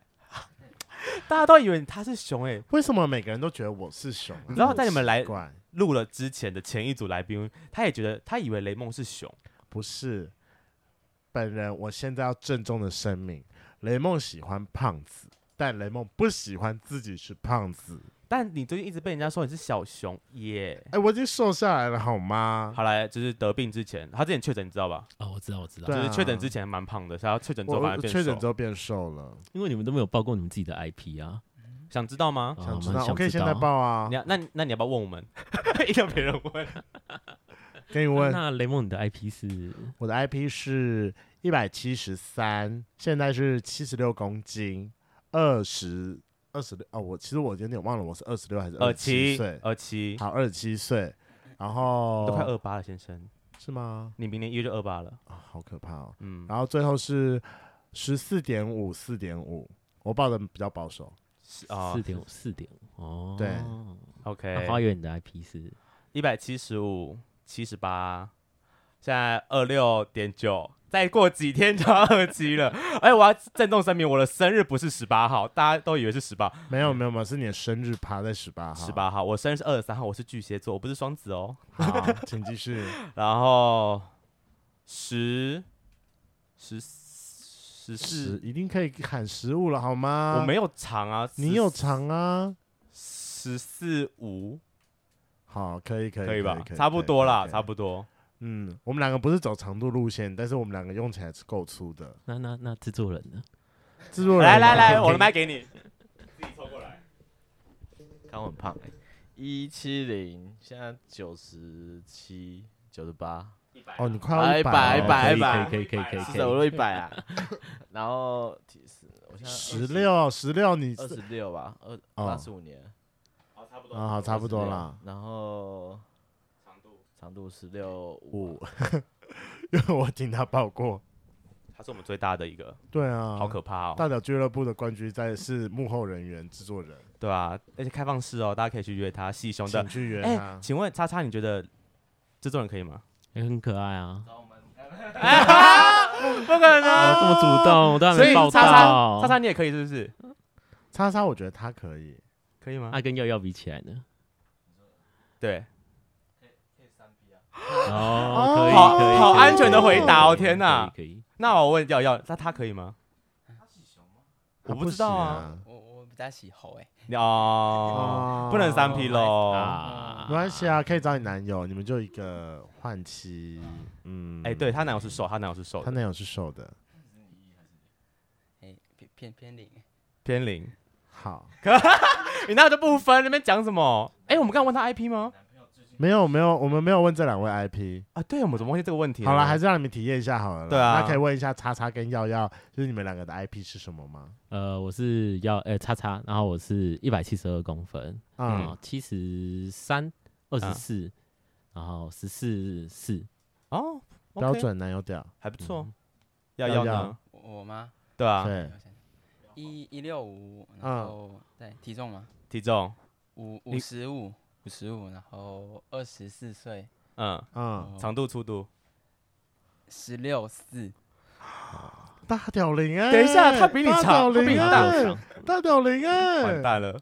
[SPEAKER 2] 大家都以为他是熊哎、
[SPEAKER 1] 为什么每个人都觉得我是熊啊、
[SPEAKER 2] 你知道在你们来
[SPEAKER 1] 好奇怪
[SPEAKER 2] 录了之前的前一组来宾，他也觉得他以为雷梦是熊，
[SPEAKER 1] 不是，本人我现在要郑重的声明，雷梦喜欢胖子，但雷梦不喜欢自己是胖子。
[SPEAKER 2] 但你最近一直被人家说你是小熊耶。
[SPEAKER 1] 哎、我已经瘦下来了，好吗？
[SPEAKER 2] 好来，就是得病之前，他之前确诊，你知道吧？
[SPEAKER 3] 哦，我知道，我知道
[SPEAKER 1] 对，
[SPEAKER 2] 就是
[SPEAKER 1] 啊
[SPEAKER 2] 确诊之前蛮胖的，然后确诊之
[SPEAKER 1] 我
[SPEAKER 2] 后反而
[SPEAKER 1] 我
[SPEAKER 2] 变
[SPEAKER 1] 确诊之
[SPEAKER 2] 瘦。
[SPEAKER 1] 后变瘦了，
[SPEAKER 3] 因为你们都没有报过你们自己的 IP 啊。
[SPEAKER 2] 想知道吗？
[SPEAKER 3] 哦
[SPEAKER 1] 想知
[SPEAKER 3] 蛮
[SPEAKER 1] 道，我可以
[SPEAKER 3] 知
[SPEAKER 1] 现在
[SPEAKER 3] 道
[SPEAKER 1] 报啊
[SPEAKER 2] 你，要那那你要不要问我们？ 一定要别人问。
[SPEAKER 1] 给你问。
[SPEAKER 3] 那雷蒙，你的 IP 是
[SPEAKER 1] 我的 IP 是一百七十三，现在是七十六公斤，二十二十六哦，我其实我有点忘了我是二十六还是
[SPEAKER 2] 二
[SPEAKER 1] 七
[SPEAKER 2] 七
[SPEAKER 1] 岁，，
[SPEAKER 2] 二七，
[SPEAKER 1] 好，二十七岁，然后
[SPEAKER 2] 都快二八了，先生，
[SPEAKER 1] 是吗？
[SPEAKER 2] 你明年一月就二八了。
[SPEAKER 1] 啊，好可怕哦！
[SPEAKER 2] 嗯，
[SPEAKER 1] 然后最后是十四点五，四点五，我报的比较保守，
[SPEAKER 2] 是啊
[SPEAKER 3] 四点五，四点五哦。
[SPEAKER 1] 对
[SPEAKER 3] 那花
[SPEAKER 2] ，OK，
[SPEAKER 3] 园你的 IP 是
[SPEAKER 2] 一百七十五，七十八，现在二六点九。再过几天就要二七了，哎，我要郑重声明，我的生日不是十八号，大家都以为是十八，
[SPEAKER 1] 没有没有没有，是你的生日趴在十八号，
[SPEAKER 2] 十八号，我生日是二十三号，我是巨蟹座，我不是双子哦。
[SPEAKER 1] 好，请继 续。
[SPEAKER 2] 然后十十十
[SPEAKER 1] 十
[SPEAKER 2] 四，
[SPEAKER 1] 一定可以喊食物了好吗？
[SPEAKER 2] 我没有长啊，
[SPEAKER 1] 你有长啊？
[SPEAKER 2] 十四五
[SPEAKER 1] 好，可以可以
[SPEAKER 2] 可以吧
[SPEAKER 1] 可以？
[SPEAKER 2] 差不多啦，差
[SPEAKER 1] 不
[SPEAKER 2] 不多。
[SPEAKER 1] 嗯，我们两个不是走长度路线，但是我们两个用起来是够粗的。
[SPEAKER 3] 那那那制作人呢？
[SPEAKER 1] 制作人
[SPEAKER 2] 来来来，我的麦给你，自己凑过来。
[SPEAKER 4] 看我很胖哎、一七零，现在九十七、九十八，
[SPEAKER 1] 哦，你快要
[SPEAKER 4] 拜
[SPEAKER 1] 了
[SPEAKER 4] 拜
[SPEAKER 3] 哦
[SPEAKER 4] 拜
[SPEAKER 3] 可以可以可以可以
[SPEAKER 4] 是
[SPEAKER 3] 可以
[SPEAKER 4] 什
[SPEAKER 3] 可
[SPEAKER 4] 么
[SPEAKER 3] 以。
[SPEAKER 4] 都一百啊？ 然后体是，我现在
[SPEAKER 1] 哦十六十六，你
[SPEAKER 4] 二十六吧，二
[SPEAKER 1] 哦
[SPEAKER 4] 八十五年，
[SPEAKER 2] 好，差不
[SPEAKER 1] 啊，好，差不多啦。
[SPEAKER 4] 26。然后长度十六五
[SPEAKER 2] 哦
[SPEAKER 1] 五， 因为我听他报过。
[SPEAKER 2] 他是我们最大的一个，
[SPEAKER 1] 对啊，
[SPEAKER 2] 好可怕哦。
[SPEAKER 1] 大屌俱乐部的冠军在是幕后人员、制作人，
[SPEAKER 2] 对啊，而且开放式哦，大家可以去约他。细胸的
[SPEAKER 1] 请，去啊约
[SPEAKER 2] 哎
[SPEAKER 1] 他，。
[SPEAKER 2] 请问叉叉，你觉得制作人可以吗？
[SPEAKER 3] 也很可爱啊，
[SPEAKER 2] 不可啊
[SPEAKER 3] 哦，这么主动，我都还
[SPEAKER 2] 所以
[SPEAKER 3] 没
[SPEAKER 2] 叉
[SPEAKER 3] 报
[SPEAKER 2] 叉
[SPEAKER 3] 到
[SPEAKER 2] 叉。叉你也可以是不是？
[SPEAKER 1] 叉叉，我觉得他可以。
[SPEAKER 2] 可以吗？
[SPEAKER 3] 那跟耀耀比起来呢？
[SPEAKER 2] 对，
[SPEAKER 3] 哦，可以，
[SPEAKER 2] 好
[SPEAKER 3] 可以
[SPEAKER 2] 好
[SPEAKER 3] 可以
[SPEAKER 2] 安全的回答哦
[SPEAKER 3] 可以
[SPEAKER 2] 天哪
[SPEAKER 3] 可以，可以
[SPEAKER 2] 那我问耀耀，那他可以吗？
[SPEAKER 1] 他
[SPEAKER 2] 我不知道啊
[SPEAKER 1] 行哦
[SPEAKER 5] 我我比较喜猴哎、
[SPEAKER 2] 哦，
[SPEAKER 1] 啊
[SPEAKER 2] 不能三 P 喽。
[SPEAKER 3] 啊
[SPEAKER 1] 没关系啊，可以找你男友，你们就一个换妻。嗯，
[SPEAKER 2] 哎，对他男友是瘦，他男友是瘦
[SPEAKER 1] 他
[SPEAKER 2] 的，
[SPEAKER 1] 男友是瘦的。
[SPEAKER 5] 哎、偏偏偏零、
[SPEAKER 2] 偏零。
[SPEAKER 1] 好，
[SPEAKER 2] 你那就不分，那边讲什么？哎，我们刚刚问他 IP 吗？
[SPEAKER 1] 没有没有，我们没有问这两位 IP。
[SPEAKER 2] 啊，对，我们怎么忘记这个问题了？
[SPEAKER 1] 好了，还是让你们体验一下好了啦。
[SPEAKER 2] 对啊
[SPEAKER 1] 那可以问一下叉叉跟耀耀，就是你们两个的 IP 是什么吗？
[SPEAKER 3] 呃，我是要呃叉叉，然后我是一百七十二公分，
[SPEAKER 1] 嗯，
[SPEAKER 3] 啊，七十三、二十四，然后十四四，
[SPEAKER 2] 哦，
[SPEAKER 1] 标，准男友屌，
[SPEAKER 2] 还不错
[SPEAKER 3] 嗯。
[SPEAKER 2] 要
[SPEAKER 1] 要
[SPEAKER 2] 要
[SPEAKER 1] 要
[SPEAKER 2] 呢？
[SPEAKER 5] 我我吗？
[SPEAKER 2] 对啊，
[SPEAKER 1] 对
[SPEAKER 5] 我，想一一六五，然
[SPEAKER 1] 嗯
[SPEAKER 5] 后、对体重嘛，
[SPEAKER 2] 体重，
[SPEAKER 5] 五
[SPEAKER 2] 你
[SPEAKER 5] 五十五五十五，然后二十四岁，
[SPEAKER 2] 嗯，
[SPEAKER 1] 嗯，
[SPEAKER 2] 长度粗度。
[SPEAKER 5] 十六四，
[SPEAKER 1] 大屌零哎，
[SPEAKER 2] 等一下他比你长
[SPEAKER 1] 大屌
[SPEAKER 2] 他比
[SPEAKER 1] 零
[SPEAKER 2] 你
[SPEAKER 1] 哎
[SPEAKER 2] 大，
[SPEAKER 1] 大屌零
[SPEAKER 2] 完
[SPEAKER 1] 哎，
[SPEAKER 2] 蛋了，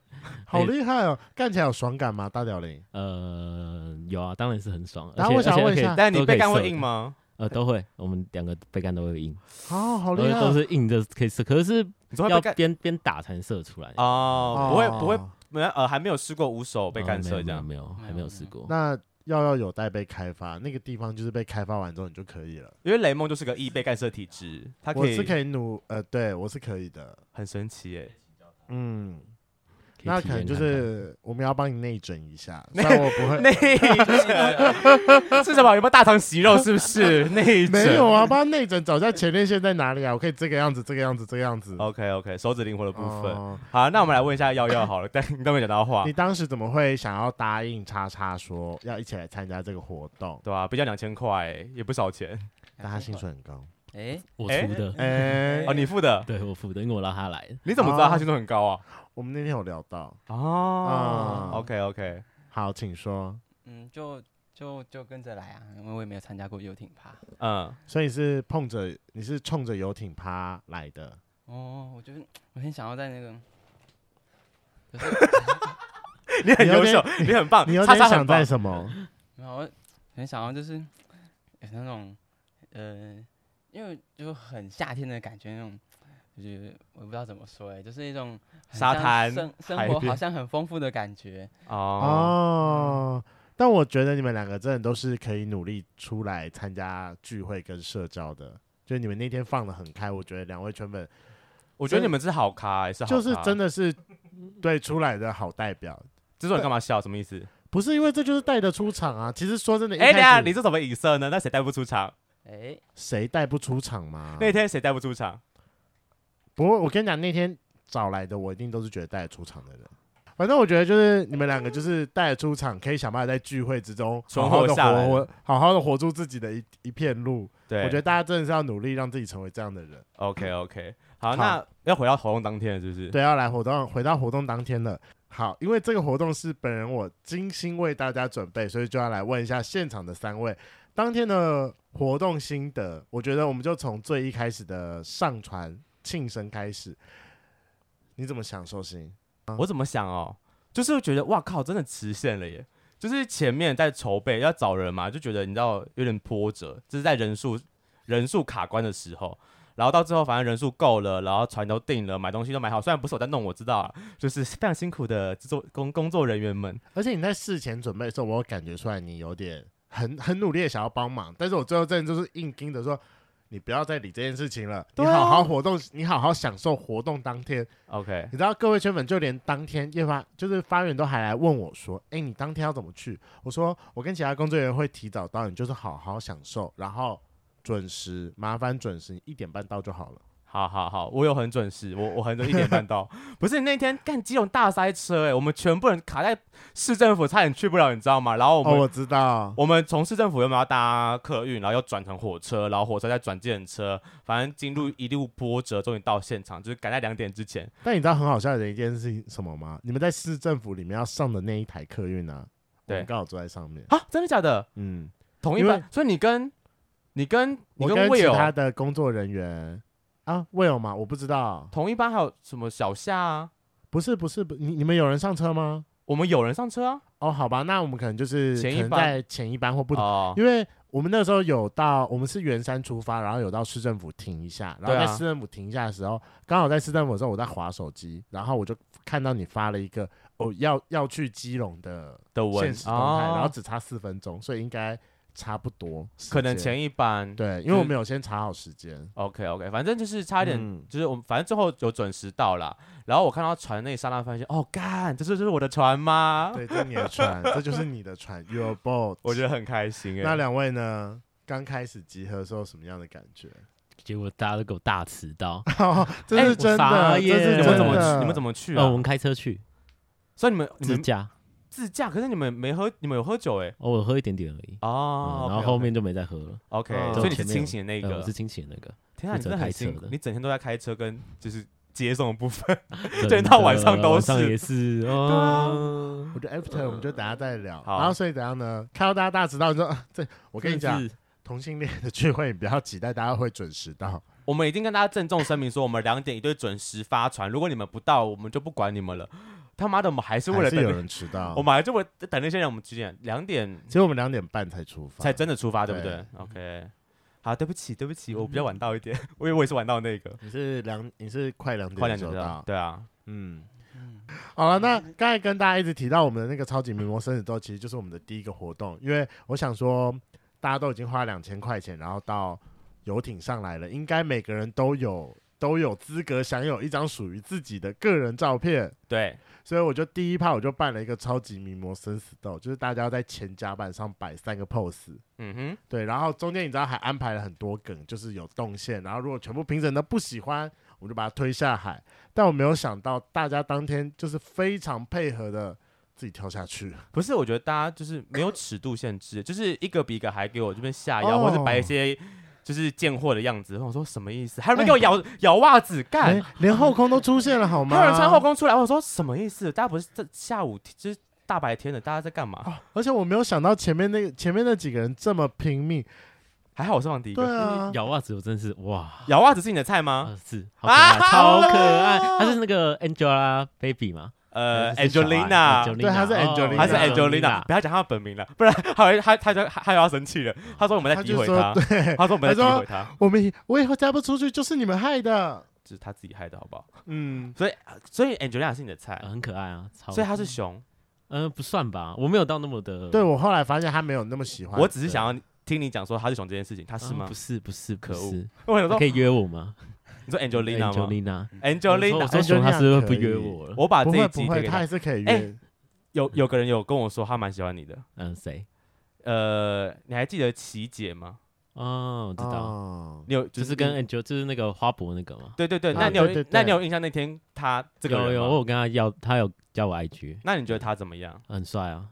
[SPEAKER 1] 好厉害哦！干起来有爽感吗？大屌零，
[SPEAKER 3] 呃，有啊，当然是很爽。
[SPEAKER 1] 然
[SPEAKER 3] 而
[SPEAKER 1] 后
[SPEAKER 3] 且
[SPEAKER 1] 我想问一下
[SPEAKER 3] 而且
[SPEAKER 2] 但你
[SPEAKER 3] 都可
[SPEAKER 2] 被
[SPEAKER 3] 以
[SPEAKER 2] 干
[SPEAKER 3] 射
[SPEAKER 2] 会硬吗？
[SPEAKER 3] 呃，都会，我们两个被干都会硬，
[SPEAKER 1] 好好
[SPEAKER 3] 都
[SPEAKER 1] 厉
[SPEAKER 3] 是
[SPEAKER 1] 害
[SPEAKER 3] 呃
[SPEAKER 1] 啊哦
[SPEAKER 3] 都是硬的，可以射，可是
[SPEAKER 2] 你说会
[SPEAKER 3] 要
[SPEAKER 2] 被干？
[SPEAKER 3] 边边打才能射出来。
[SPEAKER 2] 哦，不会不会，
[SPEAKER 1] 哦
[SPEAKER 2] 没有呃还没有试过无手被
[SPEAKER 3] 呃
[SPEAKER 2] 干
[SPEAKER 3] 没
[SPEAKER 2] 涉
[SPEAKER 3] 有
[SPEAKER 2] 这样。
[SPEAKER 3] 没有，没有还没有试过。
[SPEAKER 1] 那耀耀有待被开发，那个地方就是被开发完之后你就可以了。
[SPEAKER 2] 因为雷蒙就是个易被干涉体质，他
[SPEAKER 1] 我
[SPEAKER 2] 可以
[SPEAKER 1] 是可以努，呃，对我是可以的，
[SPEAKER 2] 很神奇耶。
[SPEAKER 1] 嗯，
[SPEAKER 3] 可以
[SPEAKER 1] 那
[SPEAKER 3] 体
[SPEAKER 1] 可能
[SPEAKER 3] 验
[SPEAKER 1] 就
[SPEAKER 3] 看看
[SPEAKER 1] 是我们要帮你内诊一下，虽然我不会，
[SPEAKER 2] 内诊是什么？有没有大肠息肉？是不 是内诊？
[SPEAKER 1] 没有啊，帮他内诊找一下前列腺在哪里啊？我可以这个样子，这个样子，这个样子。
[SPEAKER 2] OK OK，手指灵活的哦部分。
[SPEAKER 1] 哦
[SPEAKER 2] 好，那我们来问一下耀耀好了， 但你都没讲到话
[SPEAKER 1] 你，当时怎么会想要答应叉叉说要一起来参加这个活动？
[SPEAKER 2] 对吧、啊？比较两千块也不少钱
[SPEAKER 1] 但他薪水很高。
[SPEAKER 5] 哎、
[SPEAKER 3] 我
[SPEAKER 2] 哎
[SPEAKER 3] 出的，
[SPEAKER 1] 哎、
[SPEAKER 2] 哦，你付的？
[SPEAKER 3] 对我付的，因为我让他来的。
[SPEAKER 2] 你怎么知道他薪水很高啊？
[SPEAKER 1] 我们那天有聊到，啊
[SPEAKER 2] 哦 o k OK，
[SPEAKER 1] 好，请说。
[SPEAKER 5] 嗯，就就就跟着来啊，因为我也没有参加过游艇趴。
[SPEAKER 2] 嗯，
[SPEAKER 1] 所以是碰着你是冲着游艇趴来的，
[SPEAKER 5] 哦，我就是我很想要在那个，就是
[SPEAKER 2] 你很
[SPEAKER 1] 你有
[SPEAKER 2] 优
[SPEAKER 1] 点
[SPEAKER 2] 秀，你很棒，
[SPEAKER 1] 你有
[SPEAKER 2] 叉
[SPEAKER 1] 点
[SPEAKER 2] 啊叉
[SPEAKER 1] 想
[SPEAKER 2] 很棒
[SPEAKER 1] 在。什么？
[SPEAKER 5] 然后很想要就是有那种呃，因为就很夏天的感觉那种。就是我不知道怎么说哎、就是一种很
[SPEAKER 2] 沙
[SPEAKER 5] 像
[SPEAKER 2] 滩
[SPEAKER 5] 生生
[SPEAKER 2] 海
[SPEAKER 5] 活好
[SPEAKER 2] 边
[SPEAKER 5] 像很丰富的感觉，
[SPEAKER 2] 哦，
[SPEAKER 1] 哦，但我觉得你们两个真的都是可以努力出来参加聚会跟社交的，就是你们那天放的很开，我觉得两位圈粉
[SPEAKER 2] 我觉得你们是好咖，欸是好咖，
[SPEAKER 1] 就是真。的是对出来的好代表。
[SPEAKER 2] 制作人干嘛笑？什么意思？
[SPEAKER 1] 不是因为这就是带的出场啊！其实说真的，一
[SPEAKER 2] 哎，等一
[SPEAKER 1] 开
[SPEAKER 2] 下
[SPEAKER 1] 始
[SPEAKER 2] 你是怎么影射呢？那谁带不出场？
[SPEAKER 5] 哎、
[SPEAKER 1] 谁带不出场嘛？
[SPEAKER 2] 那天谁带不出场？
[SPEAKER 1] 不过我跟你讲，那天找来的我一定都是觉得带得出场的人。反正我觉得就是你们两个就是带得出场，可以想办法在聚会之中
[SPEAKER 2] 存
[SPEAKER 1] 好
[SPEAKER 2] 活
[SPEAKER 1] 好的
[SPEAKER 2] 下来
[SPEAKER 1] 活活，好好的活出自己的一一片路。
[SPEAKER 2] 对，
[SPEAKER 1] 我觉得大家真的是要努力让自己成为这样的人。
[SPEAKER 2] OK OK。好，
[SPEAKER 1] 好
[SPEAKER 2] 那要回到活动当天了是不是？
[SPEAKER 1] 对，要来活动，回到活动当天了。好，因为这个活动是本人我精心为大家准备，所以就要来问一下现场的三位当天的活动心得。我觉得我们就从最一开始的上传庆生开始，你怎么想，寿星？
[SPEAKER 2] 我怎么想哦，就是觉得哇靠，真的实现了耶！就是前面在筹备要找人嘛，就觉得你知道有点波折，就是在人数人数卡关的时候，然后到最后反正人数够了，然后船都定了，买东西都买好，虽然不是我在弄，我知道啊，就是 非常辛苦的制作工工作人员们，
[SPEAKER 1] 而且你在事前准备的时候，我有感觉出来你有点很很努力的想要帮忙，但是我最后真的就是硬盯着说，你不要再理这件事情了，你
[SPEAKER 2] 对啊
[SPEAKER 1] 好好活动，你好好享受活动当天。
[SPEAKER 2] OK，
[SPEAKER 1] 你知道各位圈粉，就连当天夜发就是发源都还来问我说：“哎、你当天要怎么去？”我说：“我跟其他工作人员会提早到，你就是好好享受，然后准时，麻烦准时，你一点半到就好了。
[SPEAKER 2] 好好好，我有很准时，我我很准一点半到。不是那天干基隆大塞车哎、我们全部人卡在市政府，差点去不了，你知道吗？然后”我们、
[SPEAKER 1] 哦，我知道，
[SPEAKER 2] 我们从市政府原本要搭客运，然后又转成火车，然后火车再转计程车，反正经路一路波折，终于到现场，就是赶在两点之前。
[SPEAKER 1] 但你知道很好笑的一件事情是什么吗？你们在市政府里面要上的那一台客运啊，我
[SPEAKER 2] 对
[SPEAKER 1] 们刚好坐在上面。
[SPEAKER 2] 啊，真的假的？
[SPEAKER 1] 嗯，
[SPEAKER 2] 同一
[SPEAKER 1] 因为
[SPEAKER 2] 班？所以你跟你跟你
[SPEAKER 1] 我跟
[SPEAKER 2] 魏
[SPEAKER 1] 其
[SPEAKER 2] 友
[SPEAKER 1] 他的工作人员啊，魏友吗？我不知道，
[SPEAKER 2] 同一班，还有什么小夏啊？
[SPEAKER 1] 不是不是，不你你们有人上车吗？
[SPEAKER 2] 我们有人上车啊？
[SPEAKER 1] 哦，好吧，那我们可能就是
[SPEAKER 2] 前一
[SPEAKER 1] 可能
[SPEAKER 2] 班
[SPEAKER 1] 在前一班或不同
[SPEAKER 2] 哦，
[SPEAKER 1] 因为我们那时候有到，我们是圆山出发，然后有到市政府停一下，然
[SPEAKER 2] 对
[SPEAKER 1] 后
[SPEAKER 2] 啊
[SPEAKER 1] 在市政府停一下的时候，刚好在市政府的时候，我在划手机，然后我就看到你发了一个哦要要去基隆的
[SPEAKER 2] 的文
[SPEAKER 1] 现实动态，
[SPEAKER 2] 哦
[SPEAKER 1] 然后只差四分钟，所以应该差不多时间，
[SPEAKER 2] 可能前一班。
[SPEAKER 1] 对，因为我们有先查好时间，
[SPEAKER 2] OK OK，反正就是差一点
[SPEAKER 1] 嗯
[SPEAKER 2] 就是我们反正最后有准时到啦，然后我看到船那一刹那，发现哦，干，这就是我的船吗？
[SPEAKER 1] 对，这是你的船，这就是你的船，Your boat。
[SPEAKER 2] 我觉得很开心哎、
[SPEAKER 1] 那两位呢？刚开始集合的时候什么样的感觉？
[SPEAKER 3] 结果大家都给我大迟到。
[SPEAKER 1] 哦，这
[SPEAKER 3] 哎
[SPEAKER 1] 是真
[SPEAKER 3] 我傻
[SPEAKER 1] 的，这
[SPEAKER 3] 眼
[SPEAKER 1] 是
[SPEAKER 2] 你
[SPEAKER 1] 真的。
[SPEAKER 2] 们怎么去？你们怎么去啊？
[SPEAKER 3] 呃，我们开车去
[SPEAKER 2] 所以你们你
[SPEAKER 3] 自
[SPEAKER 2] 们
[SPEAKER 3] 驾，
[SPEAKER 2] 自驾，可是你们没喝，你们有喝酒哎、
[SPEAKER 3] 偶尔喝一点点而已。
[SPEAKER 2] 哦
[SPEAKER 3] 嗯，然后
[SPEAKER 2] OK，OK
[SPEAKER 3] 后面就没再喝了。
[SPEAKER 2] OK，
[SPEAKER 1] 嗯
[SPEAKER 2] 所以你是
[SPEAKER 3] 前面
[SPEAKER 2] 清醒的那一
[SPEAKER 3] 呃
[SPEAKER 2] 个
[SPEAKER 3] 我是。清醒的那个，
[SPEAKER 2] 天啊，你真的很辛苦
[SPEAKER 3] 负责开车的，
[SPEAKER 2] 你整天都在开车跟就是接送的部分。
[SPEAKER 3] 真的
[SPEAKER 2] 到晚上都
[SPEAKER 3] 晚上
[SPEAKER 2] 是啊
[SPEAKER 3] 也是。哦
[SPEAKER 1] 我觉得 after 我们就等下再聊。
[SPEAKER 2] 好
[SPEAKER 1] 然后所以怎样呢？看到大家大迟到，你说啊 这我跟你讲，，同性恋的聚会你不要期待大家会准时 到。
[SPEAKER 2] 我们已经跟大家郑重声明说，我们两点一定准时发传，如果你们不到，我们就不管你们了。他妈的，我们还是为
[SPEAKER 1] 还
[SPEAKER 2] 了
[SPEAKER 1] 是
[SPEAKER 2] 等
[SPEAKER 1] 有
[SPEAKER 2] 那，
[SPEAKER 1] 人迟到，
[SPEAKER 2] 我们还是为了等那些人，我们几点？两点
[SPEAKER 1] 其实我们两点半才出发，
[SPEAKER 2] 才真的出发，对不
[SPEAKER 1] 对
[SPEAKER 2] 对？OK，好，对不起，对不起，我比较晚到一点， 我以为我也是晚到那个，
[SPEAKER 1] 你是两你是快两
[SPEAKER 2] 快
[SPEAKER 1] 点
[SPEAKER 2] 两
[SPEAKER 1] 的时
[SPEAKER 2] 点
[SPEAKER 1] 候
[SPEAKER 2] 就到
[SPEAKER 1] 到，。
[SPEAKER 2] 对啊，
[SPEAKER 1] 嗯，
[SPEAKER 5] 嗯，
[SPEAKER 1] 好了，那刚才跟大家一直提到我们的那个超级名模生日周，其实就是我们的第一个活动，因为我想说大家都已经花两千块钱，然后到游艇上来了，应该每个人都有都有资格享有一张属于自己的个人照片。
[SPEAKER 2] 对，
[SPEAKER 1] 所以我就第一趴我就办了一个超级名模生死斗，就是大家要在前甲板上摆三个 pose，
[SPEAKER 2] 嗯哼，
[SPEAKER 1] 对，然后中间你知道还安排了很多梗，就是有动线，然后如果全部评审都不喜欢，我就把它推下海。但我没有想到大家当天就是非常配合的自己跳下去，
[SPEAKER 2] 不是，我觉得大家就是没有尺度限制，就是一个比一个还给我这边下药，
[SPEAKER 1] 哦
[SPEAKER 2] 或是摆一些就是贱货的样子。我想说什么意思？还有
[SPEAKER 1] 哎
[SPEAKER 2] 人给我咬、咬袜子干，
[SPEAKER 1] 连哎连后空都出现了 好吗？
[SPEAKER 2] 还有人穿后，宫出来。我说什么意思？大家不是这下午就是大白天的，大家在干嘛？
[SPEAKER 1] 而且我没有想到前面那个前面那几个人这么拼命，
[SPEAKER 2] 还好我是放第一
[SPEAKER 1] 对
[SPEAKER 2] 个。
[SPEAKER 1] 啊，
[SPEAKER 3] 咬袜子我真是哇，
[SPEAKER 2] 咬袜子是你的菜吗？
[SPEAKER 3] 啊是，好可爱，
[SPEAKER 2] 啊
[SPEAKER 3] 超可爱。她是那个 Angelababy 嘛，
[SPEAKER 2] 呃
[SPEAKER 3] 还是小孩
[SPEAKER 2] ，Angelina，
[SPEAKER 3] Angelina，
[SPEAKER 1] 对她是
[SPEAKER 3] 哦
[SPEAKER 1] Angelina
[SPEAKER 2] 她是
[SPEAKER 3] Angelina
[SPEAKER 2] Angelina，不要讲她的本名了，不然她会她她就她她又要生气了。她说我们在
[SPEAKER 1] 她
[SPEAKER 2] 诋
[SPEAKER 1] 就
[SPEAKER 2] 毁
[SPEAKER 1] 说
[SPEAKER 2] 她，
[SPEAKER 1] 对，
[SPEAKER 2] 她说我们在
[SPEAKER 1] 她
[SPEAKER 2] 诋
[SPEAKER 1] 说
[SPEAKER 2] 毁她，
[SPEAKER 1] 我们以我以后嫁不出去就是你们害的。
[SPEAKER 2] 这是她自己害的，好不好？
[SPEAKER 1] 嗯，
[SPEAKER 2] 所以 Angelina 是你的菜
[SPEAKER 3] 呃，很可爱啊，超。
[SPEAKER 2] 所以她是熊。
[SPEAKER 3] 呃不算吧，我没有到那么的。
[SPEAKER 1] 对
[SPEAKER 3] 嗯，
[SPEAKER 1] 我后来发现他没有那么喜欢
[SPEAKER 2] 我只是想要听你讲说她是熊这件事情，她是吗
[SPEAKER 3] 哎啊嗯不？是不是，不
[SPEAKER 2] 可恶
[SPEAKER 3] 是。
[SPEAKER 2] 我想说
[SPEAKER 3] 可以约我吗
[SPEAKER 2] 你说 Angelina 吗
[SPEAKER 3] ？Angelina，我
[SPEAKER 2] ？Angelina，哎
[SPEAKER 3] 说熊他是不是不
[SPEAKER 1] 可以
[SPEAKER 3] 约我了？
[SPEAKER 2] 我把
[SPEAKER 1] 不
[SPEAKER 2] 啊这一
[SPEAKER 1] 会
[SPEAKER 2] 集
[SPEAKER 1] 不
[SPEAKER 2] 给
[SPEAKER 1] 会，
[SPEAKER 2] 给
[SPEAKER 1] 他
[SPEAKER 2] 她
[SPEAKER 1] 还。是可以
[SPEAKER 2] 哎
[SPEAKER 1] 约。
[SPEAKER 2] 有有个人有跟我说他蛮喜欢你的，
[SPEAKER 3] 嗯，谁？
[SPEAKER 2] 呃，你还记得琪姐吗？
[SPEAKER 3] 哦，我知道，
[SPEAKER 1] 道，
[SPEAKER 2] 你有
[SPEAKER 3] 就
[SPEAKER 2] 就是是
[SPEAKER 3] 跟 Angel 就是那个花博那个嘛。
[SPEAKER 2] 对对对，
[SPEAKER 1] 啊
[SPEAKER 2] 那你有
[SPEAKER 1] 对对对
[SPEAKER 2] 那你有印象那天他这个人
[SPEAKER 3] 有
[SPEAKER 2] 吗
[SPEAKER 3] 有，我有跟他要，他有加我 IG，
[SPEAKER 2] 那你觉得他怎么样？
[SPEAKER 3] 很帅啊，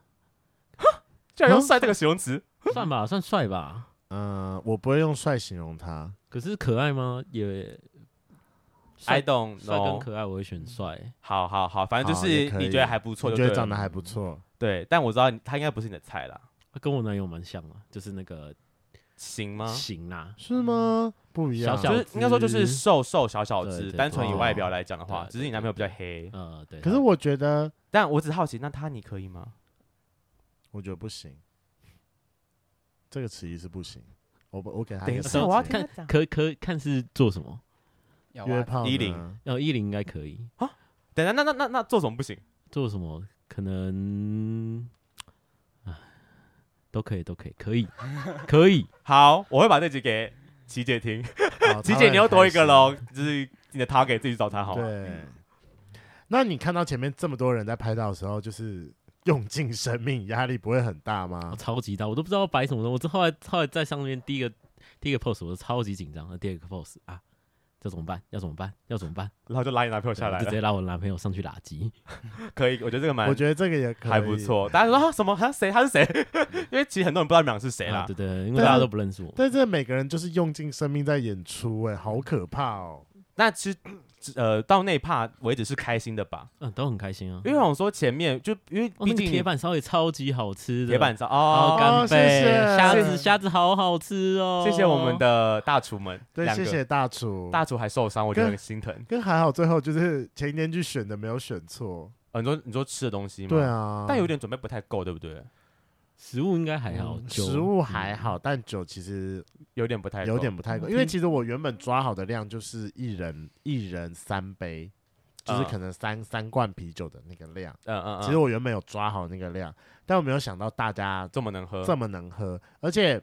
[SPEAKER 2] 居然用
[SPEAKER 1] 嗯
[SPEAKER 2] 帅这个形容词，
[SPEAKER 3] 算吧，算帅吧。
[SPEAKER 1] 嗯，我不会用帅形容他。
[SPEAKER 3] 可是可爱吗？也
[SPEAKER 2] I
[SPEAKER 3] 帅
[SPEAKER 2] don't
[SPEAKER 3] 帅跟
[SPEAKER 2] know。
[SPEAKER 3] 可爱，我会选帅。
[SPEAKER 2] 好好好，反正就
[SPEAKER 1] 好
[SPEAKER 2] 是
[SPEAKER 1] 也可以
[SPEAKER 2] 你觉得还不错
[SPEAKER 1] 我
[SPEAKER 2] 就
[SPEAKER 1] 觉
[SPEAKER 2] 对了，
[SPEAKER 1] 得长得还不错，
[SPEAKER 2] 对，但我知道你他应该不是你的菜啦，
[SPEAKER 3] 他跟我男友蛮像啊，就是那个
[SPEAKER 2] 行吗？
[SPEAKER 3] 型啊，
[SPEAKER 1] 是
[SPEAKER 2] 嗯
[SPEAKER 1] 吗？不一样，
[SPEAKER 3] 小
[SPEAKER 2] 就
[SPEAKER 3] 小
[SPEAKER 2] 是应该说就是
[SPEAKER 3] 只
[SPEAKER 2] 瘦瘦小小
[SPEAKER 3] 对
[SPEAKER 2] 只，
[SPEAKER 3] 对
[SPEAKER 2] 单纯以
[SPEAKER 1] 对
[SPEAKER 2] 外表来讲的话，
[SPEAKER 3] 对
[SPEAKER 2] 只是你男朋友比较黑。
[SPEAKER 3] 呃，对。
[SPEAKER 1] 可是我觉得，
[SPEAKER 2] 但我只好奇，那他你可以吗？
[SPEAKER 1] 我觉得不行，这个迟疑是不行。我不我给他
[SPEAKER 2] 等
[SPEAKER 1] 一
[SPEAKER 2] 一
[SPEAKER 1] 个
[SPEAKER 2] 下，我要
[SPEAKER 1] 时
[SPEAKER 2] 听
[SPEAKER 1] 间
[SPEAKER 2] 他讲。
[SPEAKER 3] 可可看是做什么？
[SPEAKER 5] 有
[SPEAKER 1] 约
[SPEAKER 5] 啊，
[SPEAKER 1] 炮哦
[SPEAKER 2] 依林
[SPEAKER 1] 呢
[SPEAKER 3] 呃，依林应该可以
[SPEAKER 2] 等一下，那那那那做什么不行？
[SPEAKER 3] 做什么？可能，唉都可以，都可以， 可以，可以。
[SPEAKER 2] 好，我会把这集给琪姐听。
[SPEAKER 1] 好
[SPEAKER 2] 琪
[SPEAKER 1] 他
[SPEAKER 2] 姐，
[SPEAKER 1] 会
[SPEAKER 2] 你又
[SPEAKER 1] 很
[SPEAKER 2] 多一
[SPEAKER 1] 开心
[SPEAKER 2] 个喽，就是你的 target 自己找他好啊吗？
[SPEAKER 1] 对。那你看到前面这么多人在拍照的时候，就是用尽生命，压力不会很大吗
[SPEAKER 2] 哦
[SPEAKER 3] 我？啊超级大，我都不知道摆什么东西。我这后来后来在上面第一个第一个 pose 我都超级紧张，那第二个 pose 啊，这怎么办？要怎么办？要怎么办？
[SPEAKER 2] 然后就拉你男朋友下
[SPEAKER 3] 对
[SPEAKER 2] 来
[SPEAKER 3] 我就直
[SPEAKER 2] 了，
[SPEAKER 3] 接拉我男朋友上去打击。
[SPEAKER 2] 可以，我觉得这个蛮
[SPEAKER 1] 我觉得这个也可以
[SPEAKER 2] 还不。错。大家说啊什么？他谁？他是谁？因为其实很多人不知道你们俩是谁
[SPEAKER 3] 啊
[SPEAKER 2] 啦
[SPEAKER 3] 对。对，对因为
[SPEAKER 1] 对啊
[SPEAKER 3] 大家都不认识我。
[SPEAKER 1] 但是每个人就是用尽生命在演出、哎，好可怕哦！
[SPEAKER 2] 那其实呃到那帕为止是开心的吧？
[SPEAKER 3] 嗯，都很开心啊。
[SPEAKER 2] 因为我想说前面就因为
[SPEAKER 3] 哦
[SPEAKER 2] 毕
[SPEAKER 3] 那个
[SPEAKER 2] 竟你
[SPEAKER 3] 铁板烧也超级好吃的，
[SPEAKER 2] 铁板烧哦，
[SPEAKER 3] 好干
[SPEAKER 1] 谢
[SPEAKER 3] 贝，
[SPEAKER 1] 谢
[SPEAKER 3] 虾子虾子好好吃哦。
[SPEAKER 2] 谢谢我们的大厨们，
[SPEAKER 1] 对，
[SPEAKER 2] 两
[SPEAKER 1] 谢
[SPEAKER 2] 个
[SPEAKER 1] 谢大厨。
[SPEAKER 2] 大厨还受伤，我觉得很心疼。
[SPEAKER 1] 跟还好，最后就是前一天去选的没有选错。
[SPEAKER 2] 呃你说你说吃的东西吗？
[SPEAKER 1] 对，啊，
[SPEAKER 2] 但有点准备不太够，对不对？
[SPEAKER 3] 食物应该还好，
[SPEAKER 1] 嗯
[SPEAKER 3] 酒
[SPEAKER 1] 食物还好，但酒其实
[SPEAKER 2] 有点不太够
[SPEAKER 1] 有点不太够，因为其实我原本抓好的量就是一人一人三杯，就是可能三、三罐啤酒的那个量。
[SPEAKER 2] 嗯嗯嗯，
[SPEAKER 1] 其实我原本有抓好那个量，但我没有想到大家
[SPEAKER 2] 这么能喝，
[SPEAKER 1] 这么能喝，而且。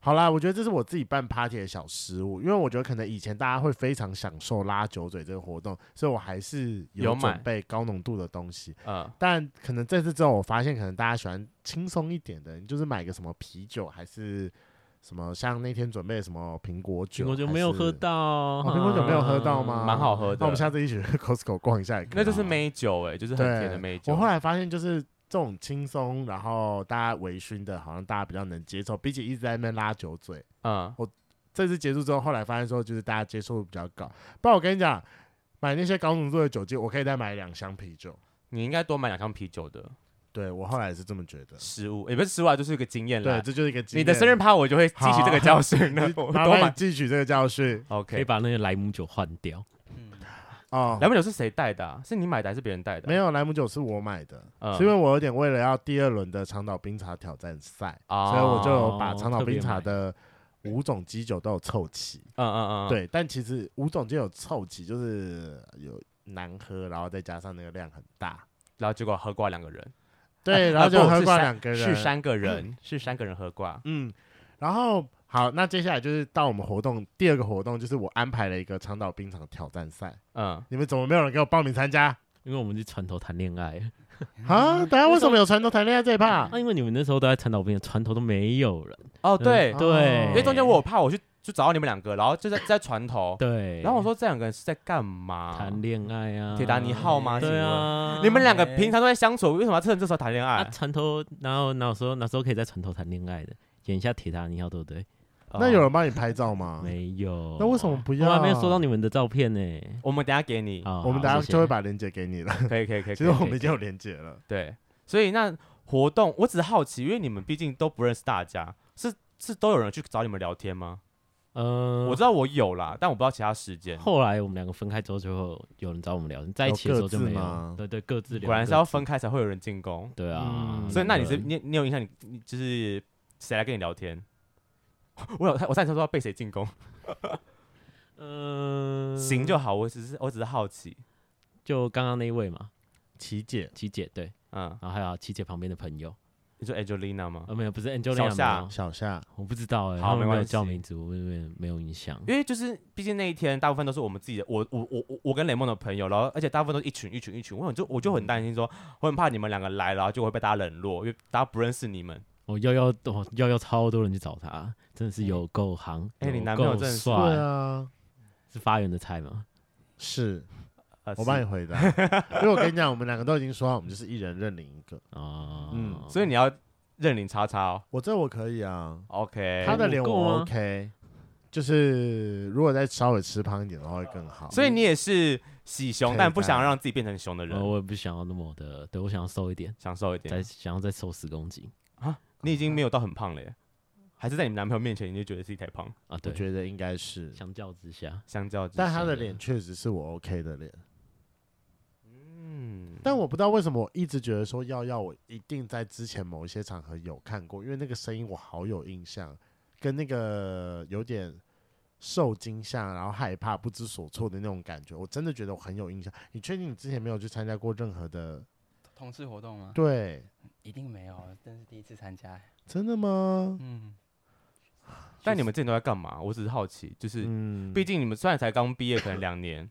[SPEAKER 1] 好啦，我觉得这是我自己办 party 的小失误，因为我觉得可能以前大家会非常享受拉酒嘴这个活动，所以我还是有
[SPEAKER 2] 有买
[SPEAKER 1] 准备高浓度的东西。
[SPEAKER 2] 嗯
[SPEAKER 1] 但可能这次之后，我发现可能大家喜欢轻松一点的，你就是买个什么啤酒，还是什么像那天准备的什么苹果酒，
[SPEAKER 3] 苹果酒没有喝到，
[SPEAKER 1] 还是。哦，苹果酒没有喝到吗？
[SPEAKER 2] 蛮好喝的。
[SPEAKER 1] 那我们下次一起去 Costco 逛一下也可以，啊
[SPEAKER 2] 那就是美酒哎，就是很甜的美酒。
[SPEAKER 1] 我后来发现，就是这种轻松，然后大家微醺的，好像大家比较能接受，比起一直在那边拉酒嘴。
[SPEAKER 2] 嗯，
[SPEAKER 1] 这次结束之后，后来发现说，就是大家接受度比较高。不然我跟你讲，买那些高浓度的酒精，我可以再买两箱啤酒。
[SPEAKER 2] 你应该多买两箱啤酒的
[SPEAKER 1] 对我后来也是这么觉得。
[SPEAKER 2] 食物，也不是食物啊，就是一个经验
[SPEAKER 1] 对，
[SPEAKER 2] 啦。
[SPEAKER 1] 这就是一个经
[SPEAKER 2] 你
[SPEAKER 1] 验
[SPEAKER 2] 的生日趴我就会汲取这个教训了，我
[SPEAKER 1] 麻
[SPEAKER 2] 多
[SPEAKER 1] 烦你
[SPEAKER 2] 买。
[SPEAKER 1] 汲取这个教训
[SPEAKER 3] 可以
[SPEAKER 2] OK，
[SPEAKER 3] 把那个莱姆酒换掉。
[SPEAKER 5] 嗯，
[SPEAKER 1] 哦。
[SPEAKER 2] 莱姆酒是谁带的啊？是你买的还是别人带的？啊
[SPEAKER 1] 没有莱姆酒是我买的，
[SPEAKER 2] 嗯
[SPEAKER 1] 是因为我有点为了要第二轮的长岛冰茶挑战赛，
[SPEAKER 2] 啊
[SPEAKER 1] 所以我就有把
[SPEAKER 3] 哦
[SPEAKER 1] 长岛
[SPEAKER 3] 特别
[SPEAKER 1] 冰茶
[SPEAKER 3] 买
[SPEAKER 1] 的五种基酒都有凑齐。
[SPEAKER 2] 嗯嗯嗯，
[SPEAKER 1] 对，但其实五种基酒凑齐就是有难喝，然后再加上那个量很大，
[SPEAKER 2] 然后结果喝挂两个人，
[SPEAKER 1] 对，然后
[SPEAKER 2] 啊
[SPEAKER 1] 就
[SPEAKER 2] 不
[SPEAKER 1] 喝
[SPEAKER 2] 是
[SPEAKER 1] 挂
[SPEAKER 2] 三
[SPEAKER 1] 两个人，
[SPEAKER 2] 是三个人，是三个人喝挂。
[SPEAKER 1] 嗯，然后好，那接下来就是到我们活动第二个活动，就是我安排了一个长岛冰茶挑战赛，
[SPEAKER 2] 嗯，
[SPEAKER 1] 你们怎么没有人给我报名参加？
[SPEAKER 3] 因为我们是船头谈恋爱
[SPEAKER 1] 啊，等下为什么有传统谈恋爱这一趴？
[SPEAKER 3] 啊，因为你们那时候都在船头边，船头都没有人。
[SPEAKER 2] 哦
[SPEAKER 3] 嗯
[SPEAKER 2] 对，
[SPEAKER 3] 对，
[SPEAKER 1] 因
[SPEAKER 2] 因为中间我有怕我去就找到你们两个，然后就在在船头，
[SPEAKER 3] 对，
[SPEAKER 2] 然后我说这两个人是在干嘛？
[SPEAKER 3] 谈恋爱啊，
[SPEAKER 2] 铁达尼号吗？
[SPEAKER 3] 对啊，
[SPEAKER 2] 请问，你们两个
[SPEAKER 1] 哎
[SPEAKER 2] 平常都在相处，为什么要趁这时候谈恋
[SPEAKER 3] 啊，
[SPEAKER 2] 爱？
[SPEAKER 3] 船头，然后哪有说哪时候可以在船头谈恋爱的？演一下铁达尼号，对不对？
[SPEAKER 1] 那有
[SPEAKER 2] 哦
[SPEAKER 1] 人帮你拍照吗？
[SPEAKER 3] 没有，
[SPEAKER 1] 啊那为什么不要？
[SPEAKER 3] 我还没有收到你们的照片呢。
[SPEAKER 2] 我们等一下给你，
[SPEAKER 3] 好
[SPEAKER 1] 我们
[SPEAKER 3] 好
[SPEAKER 1] 等下
[SPEAKER 3] 啊谢谢
[SPEAKER 1] 就会把链接给你了。
[SPEAKER 2] 可以可以可以。
[SPEAKER 1] 啊其实
[SPEAKER 2] 可以
[SPEAKER 1] 我们
[SPEAKER 2] 可
[SPEAKER 1] 已
[SPEAKER 2] 以
[SPEAKER 1] 经有链接了。
[SPEAKER 2] 对，所以那活动我只是好奇，因为你们毕竟都不认识大家，是是都有人去找你们聊天吗？
[SPEAKER 3] 嗯，
[SPEAKER 2] 我知道我有啦，但我不知道其他时 间。
[SPEAKER 3] 后来我们两个分开之后，就有人找我们聊，在一起的时候就没
[SPEAKER 1] 有各自吗
[SPEAKER 3] 有。对对，各自聊。
[SPEAKER 2] 果然是要分
[SPEAKER 3] 各
[SPEAKER 2] 开才会有人进攻
[SPEAKER 3] 自。。对啊
[SPEAKER 1] 嗯，
[SPEAKER 2] 所以那你是
[SPEAKER 3] 对
[SPEAKER 2] 你你有印象你你就是谁来跟你聊天？ 我有我上次说要被谁进攻，
[SPEAKER 3] 嗯，
[SPEAKER 2] 行就好。我只是我只是好奇，
[SPEAKER 3] 就刚刚那一位嘛，
[SPEAKER 1] 琪姐，
[SPEAKER 3] 琪姐对，
[SPEAKER 2] 嗯，
[SPEAKER 3] 然后还有琪姐旁边的朋友，
[SPEAKER 2] 你说 Angelina 吗？
[SPEAKER 3] 呃，没有，不是
[SPEAKER 2] 小夏
[SPEAKER 3] Angelina 吗
[SPEAKER 1] 小夏，
[SPEAKER 3] 我不知道哎，
[SPEAKER 2] 好
[SPEAKER 3] 他们
[SPEAKER 2] 没
[SPEAKER 3] 没
[SPEAKER 2] 关
[SPEAKER 3] 有
[SPEAKER 2] 系
[SPEAKER 3] 叫名字，我没有没有印象。
[SPEAKER 2] 因为就是毕竟那一天大部分都是我们自己的，我我我我我跟雷梦的朋友，然后而且大部分都是一群一群一群，我很就我就很担心
[SPEAKER 1] 嗯
[SPEAKER 2] 说，我很怕你们两个来，然后就会被大家冷落，因为大家不认识你们。
[SPEAKER 3] 我幺幺，我幺幺超多人去找他，真的是有够行，
[SPEAKER 2] 嗯哎你
[SPEAKER 3] 有
[SPEAKER 2] 男朋友
[SPEAKER 3] 够
[SPEAKER 2] 真的是
[SPEAKER 3] 帅，
[SPEAKER 1] 对啊，
[SPEAKER 3] 是发源的菜吗？
[SPEAKER 1] 是
[SPEAKER 2] 呃
[SPEAKER 1] 我帮你回答，因为我跟你讲，我们两个都已经说好，我们就是一人认领一个。
[SPEAKER 3] 哦，
[SPEAKER 1] 嗯
[SPEAKER 2] 所以你要认领叉叉哦。
[SPEAKER 1] 我这我可以啊，
[SPEAKER 2] OK，
[SPEAKER 1] 他的脸
[SPEAKER 3] 我够
[SPEAKER 1] 我
[SPEAKER 3] 吗
[SPEAKER 1] OK，就是如果再稍微吃胖一点的话会更好。
[SPEAKER 2] 所以你也是喜
[SPEAKER 1] 可
[SPEAKER 2] 熊，
[SPEAKER 1] 以
[SPEAKER 2] 但不想
[SPEAKER 1] 的
[SPEAKER 2] 让自己变成熊的
[SPEAKER 3] 呃
[SPEAKER 2] 人，
[SPEAKER 3] 我也不想要那么的，对我想要瘦一点，
[SPEAKER 2] 享受一
[SPEAKER 3] 再
[SPEAKER 2] 点。
[SPEAKER 3] 想要再瘦十公斤
[SPEAKER 2] 你已经没有到很胖了耶，还是在你男朋友面前你就觉得自己太胖？
[SPEAKER 3] 啊。
[SPEAKER 1] 我
[SPEAKER 3] 对，
[SPEAKER 1] 觉得应该是，
[SPEAKER 3] 相较之下，
[SPEAKER 2] 相较之下，
[SPEAKER 1] 但他的脸确实是我 OK 的脸。
[SPEAKER 2] 嗯，
[SPEAKER 1] 但我不知道为什么我一直觉得说耀耀，我一定在之前某一些场合有看过，因为那个声音我好有印象，跟那个有点受惊吓，然后害怕不知所措的那种感觉，我真的觉得我很有印象。你确定你之前没有去参加过任何的？
[SPEAKER 5] 同事活
[SPEAKER 2] 啊
[SPEAKER 5] 动吗？
[SPEAKER 1] 对，
[SPEAKER 5] 一定没有，啊真是第一次参加。
[SPEAKER 1] 真的吗？
[SPEAKER 5] 嗯，
[SPEAKER 2] 但你们之前都在干嘛？我只是好奇，就是
[SPEAKER 1] 嗯，
[SPEAKER 2] 毕竟你们虽然才刚毕业，可能两年，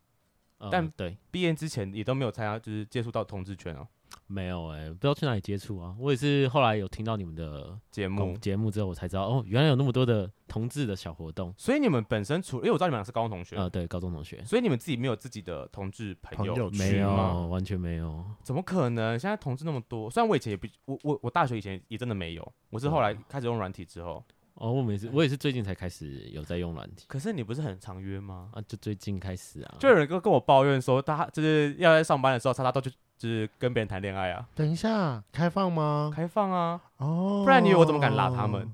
[SPEAKER 3] 呃
[SPEAKER 2] 但
[SPEAKER 3] 对，
[SPEAKER 2] 毕业之前也都没有参加，就是接触到同志圈哦
[SPEAKER 3] 没有哎，不知道去哪里接触啊。我也是后来有听到你们的
[SPEAKER 2] 节目
[SPEAKER 3] 公。节目之后，我才知道哦，原来有那么多的同志的小活动。
[SPEAKER 2] 所以你们本身除，因为我知道你们俩是高中同学，
[SPEAKER 3] 呃，对，高中同学
[SPEAKER 2] 所以你们自己没有自己的同志嗯朋
[SPEAKER 1] 朋友
[SPEAKER 2] 群
[SPEAKER 3] 没
[SPEAKER 2] 吗？
[SPEAKER 3] 有，完全没有。
[SPEAKER 2] 怎么可能？现在同志那么多，虽然我以前也不，我我我大学以前也真的没有，我是后来开始用软体之后。
[SPEAKER 3] 哦，我们也是，我也是最近才开始有在用软体
[SPEAKER 2] 可是你不是很常约吗？
[SPEAKER 3] 啊，就最近开始啊，
[SPEAKER 2] 嗯就有人跟跟我抱怨说，他就是要在上班的时候，他他都去就是跟别人谈恋爱啊，
[SPEAKER 1] 等一下，开放吗？
[SPEAKER 2] 开放啊，
[SPEAKER 1] 哦，
[SPEAKER 2] 不然你以为我怎么敢拉他 们？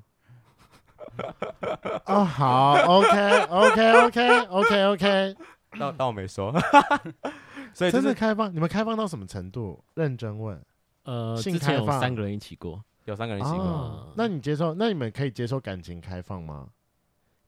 [SPEAKER 1] 哦，好，OK，OK，OK，OK，OK，
[SPEAKER 2] 当当我没说。 所以就
[SPEAKER 1] 真的
[SPEAKER 2] 是
[SPEAKER 1] 开放？你们开放到什么程度？认真问。
[SPEAKER 3] 呃，
[SPEAKER 1] 性
[SPEAKER 3] 之前有
[SPEAKER 1] 开放
[SPEAKER 3] 三个人一起过，
[SPEAKER 2] 有三个人一起过，
[SPEAKER 1] 哦，那你接受？那你们可以接受感情开放吗？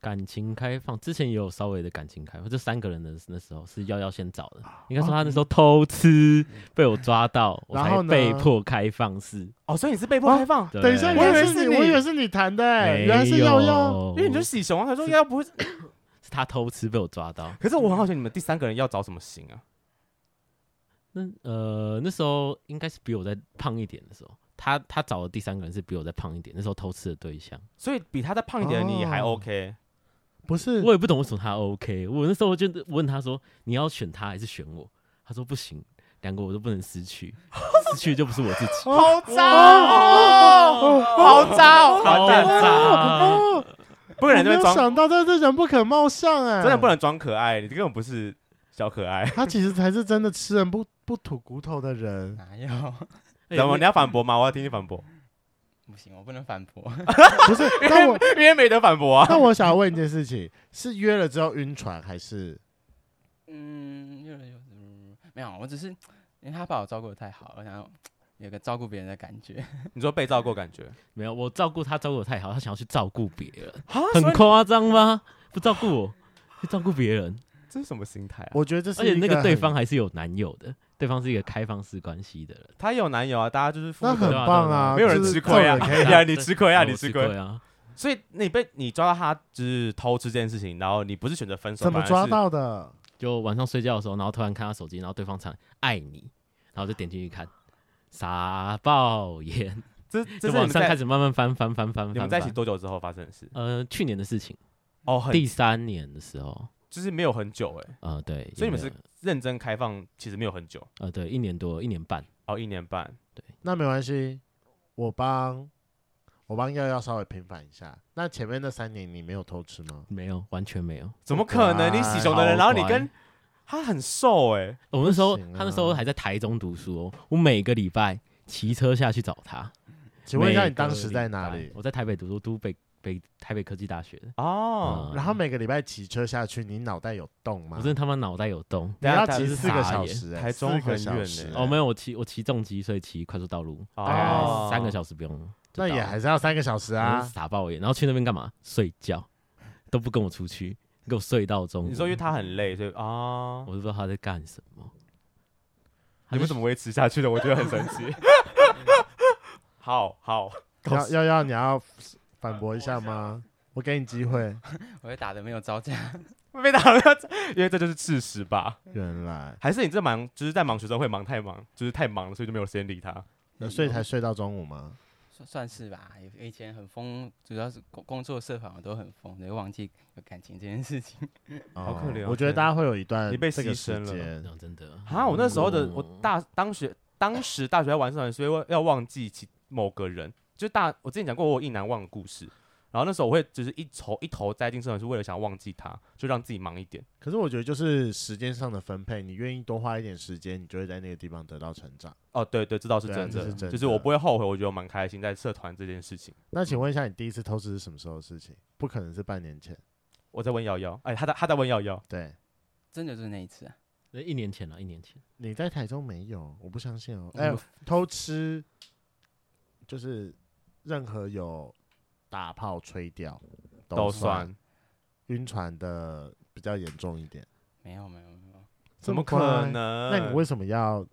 [SPEAKER 3] 感情开放，之前也有稍微的感情开放，这三个人的那时候是幺幺先找的，
[SPEAKER 1] 啊
[SPEAKER 3] 应该说他那时候偷吃被我抓到，我
[SPEAKER 1] 啊然后
[SPEAKER 3] 才
[SPEAKER 1] 呢
[SPEAKER 3] 被迫开放式。
[SPEAKER 2] 哦，所以你是被迫开放，
[SPEAKER 3] 对
[SPEAKER 1] 等一下，
[SPEAKER 2] 我以
[SPEAKER 1] 原来
[SPEAKER 2] 为
[SPEAKER 1] 是
[SPEAKER 2] 是
[SPEAKER 1] 你，我以
[SPEAKER 2] 你
[SPEAKER 1] 为是你谈的欸，
[SPEAKER 3] 没
[SPEAKER 1] 原来是耀耀。
[SPEAKER 3] 有
[SPEAKER 2] 因为你就是喜熊啊。他说要不会，
[SPEAKER 3] 是他偷吃被我抓到。
[SPEAKER 2] 可是我很好奇你们第三个人要找什么型啊？
[SPEAKER 3] 那呃那时候应该是比我再胖一点的时候，他他找的第三个人是比我再胖一点，那时候偷吃的对象，
[SPEAKER 2] 所以比他再胖一点的你也还
[SPEAKER 1] 哦
[SPEAKER 2] OK，
[SPEAKER 1] 不是，
[SPEAKER 3] 我也不懂为什么他 OK。我那时候就问他说你要选他还是选我？他说不行，两个我都不能失去，失去就不是我自己。
[SPEAKER 2] 好渣
[SPEAKER 1] 哦
[SPEAKER 2] 哦，好渣哦，
[SPEAKER 3] 好啊
[SPEAKER 2] 完蛋
[SPEAKER 3] 渣！
[SPEAKER 1] 哦，
[SPEAKER 2] 不
[SPEAKER 1] 我
[SPEAKER 2] 可能这
[SPEAKER 1] 没
[SPEAKER 2] 边
[SPEAKER 1] 有
[SPEAKER 2] 装，
[SPEAKER 1] 想到，但是人不可貌相哎，
[SPEAKER 2] 真的不。能装可爱，你根本不是小可爱。
[SPEAKER 1] 他其实才是真的吃人不不吐骨头的人。
[SPEAKER 5] 嗯哪有？
[SPEAKER 2] 怎
[SPEAKER 3] 哎
[SPEAKER 2] 么
[SPEAKER 3] 我
[SPEAKER 2] 你要反驳吗？我要听你反驳，
[SPEAKER 5] 不行，我不能反驳。
[SPEAKER 1] 不是，那我
[SPEAKER 2] 因为没得反驳啊。
[SPEAKER 1] 那我想要问一件事情：是约了之后晕船，还是
[SPEAKER 5] 嗯，又有嗯没有，我只是因为他把我照顾的太好了，然后有个照顾别人的感觉。
[SPEAKER 2] 你说被照过感觉，
[SPEAKER 3] 没有，我照顾他照顾的太好，他想要去照顾别人，
[SPEAKER 2] 很
[SPEAKER 3] 很夸张吗？不照顾我，去照顾别人，
[SPEAKER 2] 这是什么心态啊？
[SPEAKER 1] 我觉得这是
[SPEAKER 3] 而且
[SPEAKER 1] 一
[SPEAKER 3] 那个对
[SPEAKER 1] 很
[SPEAKER 3] 方还是有男友的，对方是一个开放式关系的人，
[SPEAKER 2] 她有男友啊，大家就是负
[SPEAKER 1] 那
[SPEAKER 2] 责
[SPEAKER 1] 很
[SPEAKER 3] 对啊
[SPEAKER 1] 棒
[SPEAKER 3] 对啊
[SPEAKER 1] 啊，
[SPEAKER 2] 没有人
[SPEAKER 1] 就是
[SPEAKER 2] 吃亏啊
[SPEAKER 1] 这种人可以
[SPEAKER 2] 哎呀你吃亏啊
[SPEAKER 3] 我
[SPEAKER 2] 你吃
[SPEAKER 3] 吃
[SPEAKER 2] 亏
[SPEAKER 3] 啊！
[SPEAKER 2] 所以你被你抓到他就是偷吃这件事情，然后你不是选择分手，
[SPEAKER 1] 怎么
[SPEAKER 2] 反而
[SPEAKER 1] 抓
[SPEAKER 2] 是？
[SPEAKER 1] 到的？
[SPEAKER 3] 就晚上睡觉的时候，然后突然看他手机，然后对方唱爱你，然后就点进去看，傻爆眼，
[SPEAKER 2] 这这
[SPEAKER 3] 就是
[SPEAKER 2] 你
[SPEAKER 3] 往
[SPEAKER 2] 们
[SPEAKER 3] 上开
[SPEAKER 2] 在
[SPEAKER 3] 始慢慢翻翻翻翻翻。
[SPEAKER 2] 你们在一起？多久之后发生的事？
[SPEAKER 3] 呃，去年的事情，
[SPEAKER 2] 哦，很
[SPEAKER 3] 第三年的时候，
[SPEAKER 2] 就是没有很久哎，
[SPEAKER 3] 呃，对，
[SPEAKER 2] 所以你们
[SPEAKER 3] 有
[SPEAKER 2] 是
[SPEAKER 3] 没有
[SPEAKER 2] 认真开放，其实没有很久，
[SPEAKER 3] 呃，对，一年多，一年半，
[SPEAKER 2] 哦，一年半。
[SPEAKER 1] 那没关系，我帮我帮耀耀稍微平反一下。那前面那三年你没有偷吃吗？
[SPEAKER 3] 没有，完全没有。
[SPEAKER 2] 怎么可能？
[SPEAKER 1] 乖
[SPEAKER 2] 你喜熊的人，然
[SPEAKER 3] 好
[SPEAKER 2] 后
[SPEAKER 3] 乖
[SPEAKER 2] 你跟他很瘦哎，
[SPEAKER 3] 我那时候、
[SPEAKER 1] 不行啊
[SPEAKER 3] 他那时候还在台中读书哦，我每个礼拜骑车下去找他。
[SPEAKER 1] 请问一下，
[SPEAKER 3] 每
[SPEAKER 1] 你当
[SPEAKER 3] 个
[SPEAKER 1] 时
[SPEAKER 3] 礼
[SPEAKER 1] 在哪
[SPEAKER 3] 拜
[SPEAKER 1] 里？
[SPEAKER 3] 我在台北读书，都北北台北科技大学的，
[SPEAKER 2] 哦，
[SPEAKER 3] 嗯
[SPEAKER 1] 然后每个礼拜骑车下去，你脑袋有动吗？
[SPEAKER 3] 我真的他妈脑袋有洞。
[SPEAKER 1] 你要
[SPEAKER 2] 等
[SPEAKER 1] 骑
[SPEAKER 2] 一下
[SPEAKER 1] 四个小时、欸，
[SPEAKER 2] 台中
[SPEAKER 1] 四个
[SPEAKER 2] 很
[SPEAKER 1] 小
[SPEAKER 2] 远
[SPEAKER 1] 时、
[SPEAKER 2] 欸
[SPEAKER 3] 哦，没有，我骑我骑重机，所以骑快速道路，大
[SPEAKER 2] 哦
[SPEAKER 3] 概，三个小时不用。
[SPEAKER 1] 那也还是要三个小时
[SPEAKER 3] 是
[SPEAKER 1] 啊。
[SPEAKER 3] 傻爆眼，然后去那边干嘛？睡觉，都不跟我出去，给我睡到中午。
[SPEAKER 2] 你说因为他很累，所以啊
[SPEAKER 3] 我，都不知道他在干什么。
[SPEAKER 2] 你们怎么维持下去的？我觉得很神奇。好好，
[SPEAKER 1] 要要要，你要反驳一下吗？我给你机会。
[SPEAKER 5] 我会打的没有招架。
[SPEAKER 2] 被打了，因为这就是事实吧？
[SPEAKER 1] 原来，
[SPEAKER 2] 还是你这忙，就是在忙学生会忙太忙，就是太忙了，所以就没有时间理他。
[SPEAKER 1] 那所以才睡到中午吗？
[SPEAKER 5] 算算是吧，以以前很疯，主要是工工作社团我都很疯，都会忘记有感情这件事情。
[SPEAKER 2] 好可怜哦
[SPEAKER 1] 我觉得大家会有一段
[SPEAKER 2] 你被
[SPEAKER 1] 这个
[SPEAKER 2] 牺
[SPEAKER 1] 时
[SPEAKER 2] 牲了
[SPEAKER 1] 间
[SPEAKER 3] 讲 真的
[SPEAKER 2] 啊，我那时候的
[SPEAKER 3] 嗯
[SPEAKER 1] 哦
[SPEAKER 2] 我大当学当时大学在玩社团，所以我要忘记其某个人，就大我之前讲过我有意难忘的故事。然后那时候我会只是一头一头栽进社团，是为了想忘记他，就让自己忙一点。
[SPEAKER 1] 可是我觉得就是时间上的分配，你愿意多花一点时间，你就会在那个地方得到成长。
[SPEAKER 2] 哦，对对，这倒是
[SPEAKER 1] 对啊
[SPEAKER 2] 真的，
[SPEAKER 1] 这是真
[SPEAKER 2] 就
[SPEAKER 1] 的
[SPEAKER 2] 是我不会后悔，我觉得我蛮开心在社团这件事情。
[SPEAKER 1] 那请问一下，你第一次偷吃是什么时候的事情？不可能是半年前。
[SPEAKER 2] 我在问瑶瑶，哎，他在他在问瑶瑶，
[SPEAKER 1] 对，
[SPEAKER 5] 真的就是那一次啊，
[SPEAKER 3] 那一年前了，一年前
[SPEAKER 1] 你在台中没有，我不相信哦。
[SPEAKER 5] 我
[SPEAKER 1] 哎、
[SPEAKER 5] 没有
[SPEAKER 1] 偷吃就是任何有打炮吹掉
[SPEAKER 2] 都
[SPEAKER 1] 算，
[SPEAKER 2] 算，
[SPEAKER 1] 晕船的比较严重一点。
[SPEAKER 5] 没有没有没有，
[SPEAKER 2] 怎么
[SPEAKER 1] 这快
[SPEAKER 2] 可？能？
[SPEAKER 1] 那你为什么要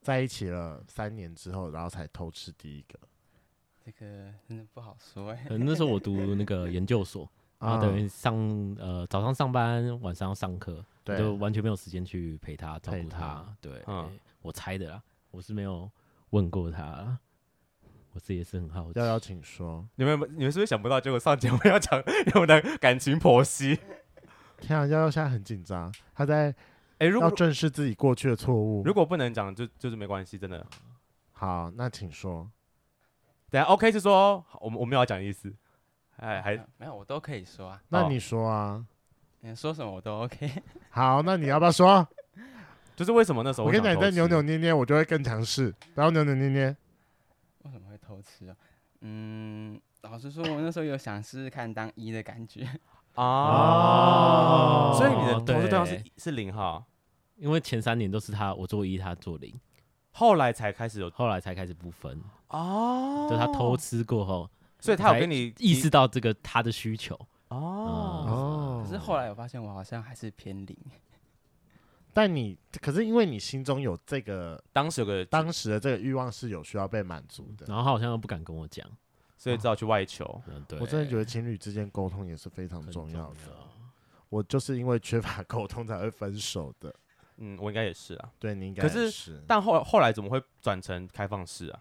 [SPEAKER 1] 在一起了三年之后，然后才偷吃第一个？
[SPEAKER 5] 这个真的不好说哎、
[SPEAKER 3] 呃，那时候我读那个研究所，然后
[SPEAKER 5] 啊
[SPEAKER 1] 嗯啊
[SPEAKER 3] 等于上呃早上上班，晚上要上课，
[SPEAKER 1] 对
[SPEAKER 3] 就完全没有时间去陪他照
[SPEAKER 1] 陪
[SPEAKER 3] 顾
[SPEAKER 1] 他
[SPEAKER 3] 他。对
[SPEAKER 2] 嗯，
[SPEAKER 3] 我猜的啦，我是没有问过他啦，我自己也是很好奇哦
[SPEAKER 1] 要。要请说。
[SPEAKER 2] 你们有没有你们是不是想不到？结果上节目要讲 我们的感情婆媳。
[SPEAKER 1] 天啊，幺幺现在很紧张，他在
[SPEAKER 2] 哎，如
[SPEAKER 1] 要
[SPEAKER 2] 果
[SPEAKER 1] 正视自己过去的错误。
[SPEAKER 2] 如果不能讲，就就是没关系，真的。
[SPEAKER 1] 好，那请说。
[SPEAKER 2] 等下 OK 是说好我们我们要讲的意思，哎，还
[SPEAKER 5] 没有没有，我都可以说啊，
[SPEAKER 1] 那
[SPEAKER 2] 哦
[SPEAKER 1] 你说啊。
[SPEAKER 5] 你说什么我都 OK。
[SPEAKER 1] 好，那你要不要说？
[SPEAKER 2] 就是为什么那时候
[SPEAKER 1] 我跟你
[SPEAKER 2] 想
[SPEAKER 1] 讲，你在
[SPEAKER 2] 偷吃
[SPEAKER 1] 扭扭捏捏，我就会更强势，然后扭扭捏捏。
[SPEAKER 5] 为什么会偷吃啊？嗯，老实说，我那时候有想试试看当一的感觉，
[SPEAKER 2] 啊，
[SPEAKER 1] 哦
[SPEAKER 2] 所以你的投资对
[SPEAKER 3] 对
[SPEAKER 2] 象是是零号，
[SPEAKER 3] 因为前三年都是他，我做一，他做零，
[SPEAKER 2] 后来才开始有
[SPEAKER 3] 后来才开始不分，
[SPEAKER 2] 哦，
[SPEAKER 3] 就他偷，吃过后
[SPEAKER 2] 所以他有跟你
[SPEAKER 3] 意识到这个他的需求。
[SPEAKER 2] 哦，
[SPEAKER 1] 哦
[SPEAKER 5] 可是后来我发现我好像还是偏零。
[SPEAKER 1] 但你可是因为你心中有这个
[SPEAKER 2] 当时有个当，
[SPEAKER 1] 当时的这个欲望是有需要被满足的。
[SPEAKER 2] 嗯
[SPEAKER 3] 然后他好像又不敢跟我讲。
[SPEAKER 2] 所以只好去外求，
[SPEAKER 3] 嗯，对，
[SPEAKER 1] 我真的觉得情侣之间沟通也是非常
[SPEAKER 3] 很
[SPEAKER 1] 重要的。
[SPEAKER 3] 要
[SPEAKER 1] 我就是因为缺乏沟通才会分手的。
[SPEAKER 2] 嗯，我应该也是啊，
[SPEAKER 1] 对你应该
[SPEAKER 2] 可
[SPEAKER 1] 也
[SPEAKER 2] 是
[SPEAKER 1] 是
[SPEAKER 2] 但后后来怎么会转成开放式啊？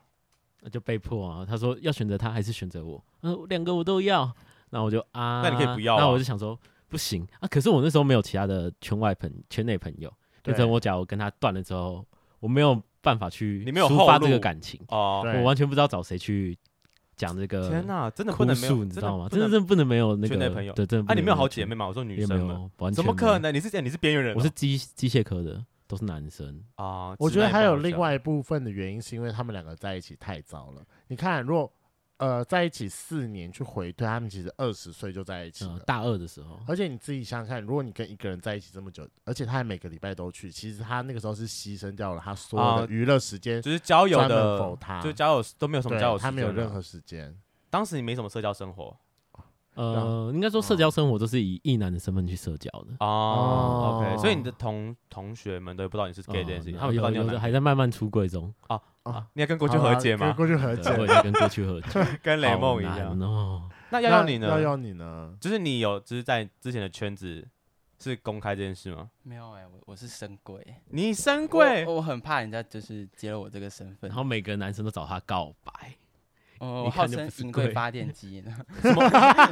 [SPEAKER 3] 那就被迫啊。他说要选择他还是选择我？嗯，两个我都要。那我就啊，
[SPEAKER 2] 那你可以不要啊
[SPEAKER 3] 那我就想说不行啊。可是我那时候没有其他的圈外朋圈内朋友，
[SPEAKER 1] 对
[SPEAKER 3] 变成我假如跟他断了之后，我没有办法去
[SPEAKER 2] 你没有
[SPEAKER 3] 抒发
[SPEAKER 2] 后路
[SPEAKER 3] 这个感情，
[SPEAKER 2] 哦，
[SPEAKER 1] 对
[SPEAKER 3] 我完全不知道找谁去讲这个
[SPEAKER 2] 天哪，真的不
[SPEAKER 3] 呃哭
[SPEAKER 2] 能没有，
[SPEAKER 3] 诉，你知道吗？
[SPEAKER 2] 真
[SPEAKER 3] 真
[SPEAKER 2] 的不能
[SPEAKER 3] 的真的不能没有那
[SPEAKER 2] 圈
[SPEAKER 3] 个
[SPEAKER 2] 内朋友
[SPEAKER 3] 对，真的不
[SPEAKER 2] 啊，你
[SPEAKER 3] 能
[SPEAKER 2] 没有好
[SPEAKER 3] 圈
[SPEAKER 2] 姐妹吗？我说女
[SPEAKER 3] 也没
[SPEAKER 2] 生吗？
[SPEAKER 3] 有，完全
[SPEAKER 2] 怎么
[SPEAKER 3] 没
[SPEAKER 2] 可
[SPEAKER 3] 有？
[SPEAKER 2] 能？你是哎你是边缘人哦，
[SPEAKER 3] 我是机机械科的，都是男生。
[SPEAKER 2] 啊，
[SPEAKER 1] 我觉得
[SPEAKER 2] 直男
[SPEAKER 1] 还有
[SPEAKER 2] 不好
[SPEAKER 1] 另
[SPEAKER 2] 讲
[SPEAKER 1] 外一部分的原因，是因为他们两个在一起太早了。你看，如果呃在一起四年去回推，他们其实二十岁就在一起
[SPEAKER 2] 啊
[SPEAKER 3] 嗯
[SPEAKER 1] 了，。
[SPEAKER 3] 大二的时候，
[SPEAKER 1] 而且你自己想想看，如果你跟一个人在一起这么久，而且他还每个礼拜都去，其实他那个时候是牺牲掉了他所有
[SPEAKER 2] 啊
[SPEAKER 1] 的娱乐时间，
[SPEAKER 2] 就是交友
[SPEAKER 1] 专门
[SPEAKER 2] 的
[SPEAKER 1] 否他，
[SPEAKER 2] 就交友都没有什么
[SPEAKER 1] 对
[SPEAKER 2] 交友，
[SPEAKER 1] 他没有任
[SPEAKER 2] 何。
[SPEAKER 1] 何时间。
[SPEAKER 2] 当时你没什么社交生活
[SPEAKER 3] 呃，应该说社交生活都是以异男的身份去社交的。
[SPEAKER 2] 哦
[SPEAKER 1] 哦
[SPEAKER 2] o k 所以你的同同学们都不知道你是 gay 这件事情，
[SPEAKER 3] 嗯
[SPEAKER 2] 他们不知道
[SPEAKER 3] 有
[SPEAKER 2] 你有
[SPEAKER 3] 有
[SPEAKER 2] 男
[SPEAKER 3] 的还在慢慢出柜中，
[SPEAKER 2] 啊，你要跟
[SPEAKER 1] 过
[SPEAKER 2] 过去和解吗？
[SPEAKER 1] 哦过去和
[SPEAKER 3] 对
[SPEAKER 1] 解。
[SPEAKER 3] 我也在跟过去和解，
[SPEAKER 2] 跟雷梦一
[SPEAKER 3] 好
[SPEAKER 2] 样。
[SPEAKER 3] 难哦。
[SPEAKER 2] 那
[SPEAKER 1] 那
[SPEAKER 2] 要要你
[SPEAKER 1] 要
[SPEAKER 2] 呢？
[SPEAKER 1] 要你呢？
[SPEAKER 2] 就是你有就是在之前的圈子是公开这件事吗？
[SPEAKER 5] 没有哎、我我是深柜，
[SPEAKER 2] 你深柜
[SPEAKER 5] 我我很怕人家就是揭露我这个身份
[SPEAKER 3] 然。后每个男生都找他告白，
[SPEAKER 5] 哦，
[SPEAKER 3] 一
[SPEAKER 5] 我号
[SPEAKER 3] 看就
[SPEAKER 5] 称
[SPEAKER 3] 不是
[SPEAKER 5] 银柜
[SPEAKER 3] 贵
[SPEAKER 5] 发电机呢，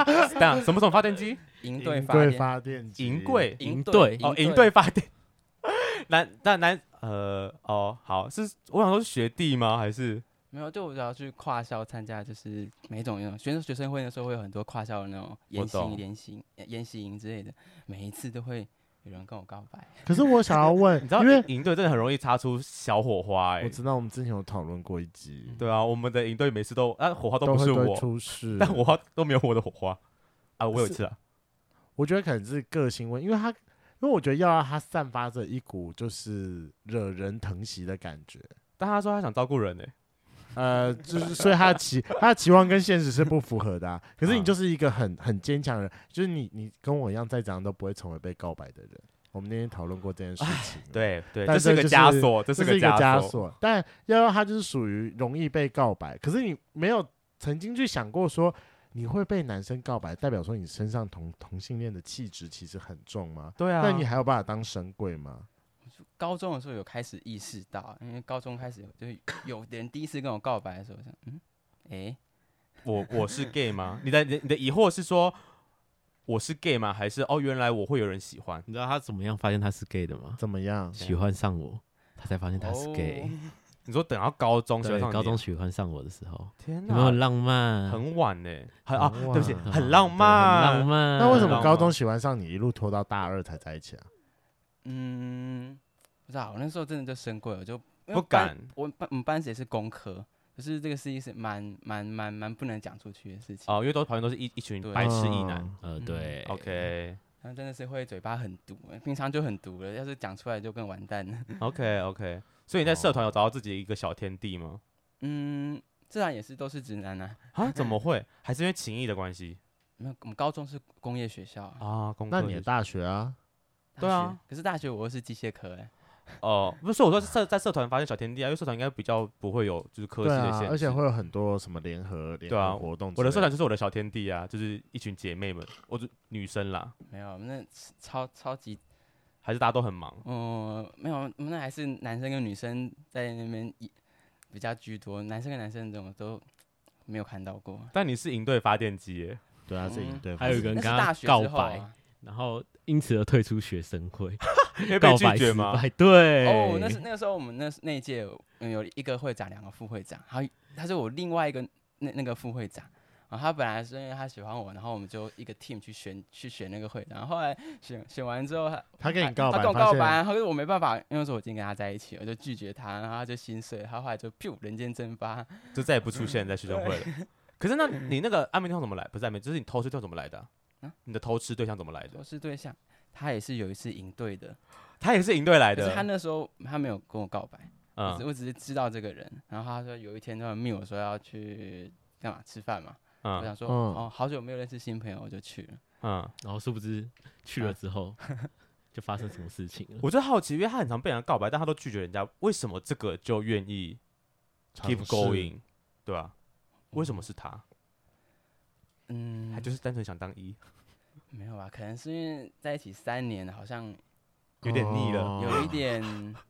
[SPEAKER 2] 等下什么什么发电机？
[SPEAKER 5] 银队
[SPEAKER 1] 银
[SPEAKER 5] 发
[SPEAKER 1] 柜
[SPEAKER 5] 电，
[SPEAKER 1] 发电机，
[SPEAKER 2] 银柜
[SPEAKER 3] 银队
[SPEAKER 5] 队
[SPEAKER 2] 哦，银队发电。 男但男呃哦好是我想说是学弟吗？还是
[SPEAKER 5] 没有，就我只要去跨校参加，就是每种那种学生学生会的时候会有很多跨校的那种研习
[SPEAKER 2] 懂
[SPEAKER 5] 营、联习营呃研习营之类的，每一次都会有人跟我告白，
[SPEAKER 1] 可是我想要问，
[SPEAKER 2] 你知道，
[SPEAKER 1] 因为
[SPEAKER 2] 营队真的很容易擦出小火花、
[SPEAKER 1] 我
[SPEAKER 2] 哎，
[SPEAKER 1] 知道我们之前有讨论过一集，
[SPEAKER 2] 对啊，我们的营队每次都啊火花都
[SPEAKER 1] 都
[SPEAKER 2] 不
[SPEAKER 1] 会
[SPEAKER 2] 是
[SPEAKER 1] 都会
[SPEAKER 2] 我，
[SPEAKER 1] 出事。
[SPEAKER 2] 但火花都没有我的火花啊，我有一次啊，
[SPEAKER 1] 我觉得可能是个性问，因为他，因为我觉得要让他散发着一股就是惹人疼惜的感觉，
[SPEAKER 2] 但他说他想照顾人呢、
[SPEAKER 1] 嗯
[SPEAKER 2] 哎
[SPEAKER 1] 呃，就是所以他的期他的期望跟现实是不符合的、啊。可是你
[SPEAKER 2] 嗯
[SPEAKER 1] 就是一个很很坚强的人，就是你你跟我一样，再怎样都不会成为被告白的人。我们那天讨论过这件事情，，
[SPEAKER 2] 哎对对，
[SPEAKER 1] 但
[SPEAKER 2] 这是
[SPEAKER 1] 这
[SPEAKER 2] 个
[SPEAKER 1] 就是
[SPEAKER 2] 枷锁，这
[SPEAKER 1] 这
[SPEAKER 2] 个
[SPEAKER 1] 是一个枷
[SPEAKER 2] 枷。
[SPEAKER 1] 锁。但要让他就是属于容易被告白，可是你没有曾经去想过说你会被男生告白，代表说你身上同同性恋的气质其实很重吗？
[SPEAKER 2] 对啊，
[SPEAKER 1] 那你还有办法当神鬼吗？
[SPEAKER 5] 高中的时候有开始意识到，因为高中开始有就是有人第一次跟我告白的时候，我想嗯，诶，
[SPEAKER 2] 我我是 gay 吗？你的你的你的疑惑是说我是 gay 吗？还是哦原来我会有人喜欢？
[SPEAKER 3] 你知道他怎么样发现他是 gay 的吗？
[SPEAKER 1] 怎么样？
[SPEAKER 3] 喜欢上我，他才发现他
[SPEAKER 2] 哦
[SPEAKER 3] 是
[SPEAKER 5] 哦
[SPEAKER 3] gay。
[SPEAKER 2] 你说等到高中喜欢
[SPEAKER 3] 对，
[SPEAKER 2] 上
[SPEAKER 3] 高
[SPEAKER 2] 你
[SPEAKER 3] 中喜欢上我的时候，
[SPEAKER 2] 天
[SPEAKER 3] 有没有
[SPEAKER 2] 哪
[SPEAKER 3] 很，浪漫？
[SPEAKER 2] 很晚呢、很啊，
[SPEAKER 1] 啊很晚
[SPEAKER 2] 对不起，嗯
[SPEAKER 3] 对
[SPEAKER 2] 很浪
[SPEAKER 3] 对
[SPEAKER 2] 漫，
[SPEAKER 3] 很浪漫。
[SPEAKER 1] 那为什么
[SPEAKER 2] 浪
[SPEAKER 1] 高
[SPEAKER 2] 漫
[SPEAKER 1] 中喜欢上你，一路拖到大二才在一起啊？
[SPEAKER 5] 嗯，不知道，我那时候真的就生贵了，我就因为
[SPEAKER 2] 不
[SPEAKER 5] 班
[SPEAKER 2] 敢
[SPEAKER 5] 我们班我们班也是工科，就是这个事情是蛮蛮蛮蛮不能讲出去的事情。
[SPEAKER 2] 哦，因为都好像都是一一群
[SPEAKER 5] 对
[SPEAKER 2] 白痴一男。
[SPEAKER 1] 嗯
[SPEAKER 3] 呃，
[SPEAKER 5] 嗯
[SPEAKER 3] 对
[SPEAKER 2] OK
[SPEAKER 5] 他真的是会嘴巴很毒，平常就很毒了，要是讲出来就更完蛋了。
[SPEAKER 2] OK OK，所以你在社团有找到自己的一个小天地吗？
[SPEAKER 5] 嗯，自然也是都是直男啊。
[SPEAKER 1] 哦
[SPEAKER 2] 啊，怎么会？还是因为情谊的关系
[SPEAKER 5] 没有，我们高中是工业学校
[SPEAKER 3] 哦
[SPEAKER 5] 啊。
[SPEAKER 2] 啊？工
[SPEAKER 1] 那
[SPEAKER 2] 科
[SPEAKER 1] 你的
[SPEAKER 2] 学
[SPEAKER 1] 大学啊，
[SPEAKER 5] 大
[SPEAKER 2] 对啊
[SPEAKER 5] 学，可是大学我又是机械科哎、
[SPEAKER 2] 哦，不是我说是社在社团发现小天地啊，因为社团应该比较不会有就是科技
[SPEAKER 1] 对
[SPEAKER 2] 的
[SPEAKER 1] 啊
[SPEAKER 2] 限，
[SPEAKER 1] 而且
[SPEAKER 2] 制
[SPEAKER 1] 会有很多什么联合联
[SPEAKER 2] 对啊
[SPEAKER 1] 合活动之类。
[SPEAKER 2] 我的社团就是我的小天地啊，就是一群姐妹们，我就女生啦，
[SPEAKER 5] 没有，我们那超超级，
[SPEAKER 2] 还是大家都很忙
[SPEAKER 5] 嗯、没有，我们那还是男生跟女生在那边一比较居多，男生跟男生这种都没有看到过。
[SPEAKER 2] 但你是营队发电机耶，
[SPEAKER 1] 对啊，自己对，
[SPEAKER 3] 还有一个
[SPEAKER 5] 那
[SPEAKER 3] 人
[SPEAKER 5] 是
[SPEAKER 3] 跟他
[SPEAKER 5] 大学
[SPEAKER 3] 告
[SPEAKER 5] 之后
[SPEAKER 3] 白
[SPEAKER 5] 啊
[SPEAKER 3] 然后因此而退出学生会，
[SPEAKER 2] 因为被
[SPEAKER 3] 告
[SPEAKER 2] 拒
[SPEAKER 3] 白
[SPEAKER 2] 绝
[SPEAKER 3] 失
[SPEAKER 2] 吗？
[SPEAKER 3] 败。对，
[SPEAKER 5] 哦，那是那个时候我们那那一届有有一个会长，两个副会长，还有他是我另外一个那那个副会长。然后他本来是因为他喜欢我，然后我们就一个 team 去选去选那个会长。后来选选完之后，他
[SPEAKER 1] 他跟你告白，
[SPEAKER 5] 他跟我
[SPEAKER 1] 发
[SPEAKER 5] 告
[SPEAKER 1] 现
[SPEAKER 5] 白，然后可是我没办法，因为那时候我已经跟他在一起了，我就拒绝他，然后他就心碎，他后来就噗人间蒸发。
[SPEAKER 2] 就再也不出现在学生会了。 可是那你那个暗面对象怎么来？不是暗面，就是你偷吃对象怎么来的啊、
[SPEAKER 5] 啊
[SPEAKER 2] 你的偷吃对象怎么来的
[SPEAKER 5] 我？是对象，他也是有一次赢对的，
[SPEAKER 2] 他也是营队来
[SPEAKER 5] 可是
[SPEAKER 2] 的，
[SPEAKER 5] 他那时候他没有跟我告白，我只
[SPEAKER 2] 嗯
[SPEAKER 5] 我只是知道这个人。然后他说有一天他密我说要去干嘛吃饭嘛，我
[SPEAKER 2] 嗯
[SPEAKER 5] 想
[SPEAKER 1] 嗯
[SPEAKER 5] 说，哦，好久没有认识新朋友，我就去了。
[SPEAKER 2] 嗯，
[SPEAKER 3] 然后殊不知去了之后
[SPEAKER 2] 啊
[SPEAKER 3] 就发生什么事情了。
[SPEAKER 2] 我就好奇，因为他很常被人家告白，但他都拒绝人家，为什么这个就愿意
[SPEAKER 1] 尝
[SPEAKER 2] keep
[SPEAKER 1] 试
[SPEAKER 2] going？对啊，为什么是他？
[SPEAKER 5] 嗯，
[SPEAKER 2] 他就是单纯想当一，
[SPEAKER 5] 没有吧？可能是因为在一起三年，好像
[SPEAKER 2] 有点腻了
[SPEAKER 1] 哦
[SPEAKER 5] 有一点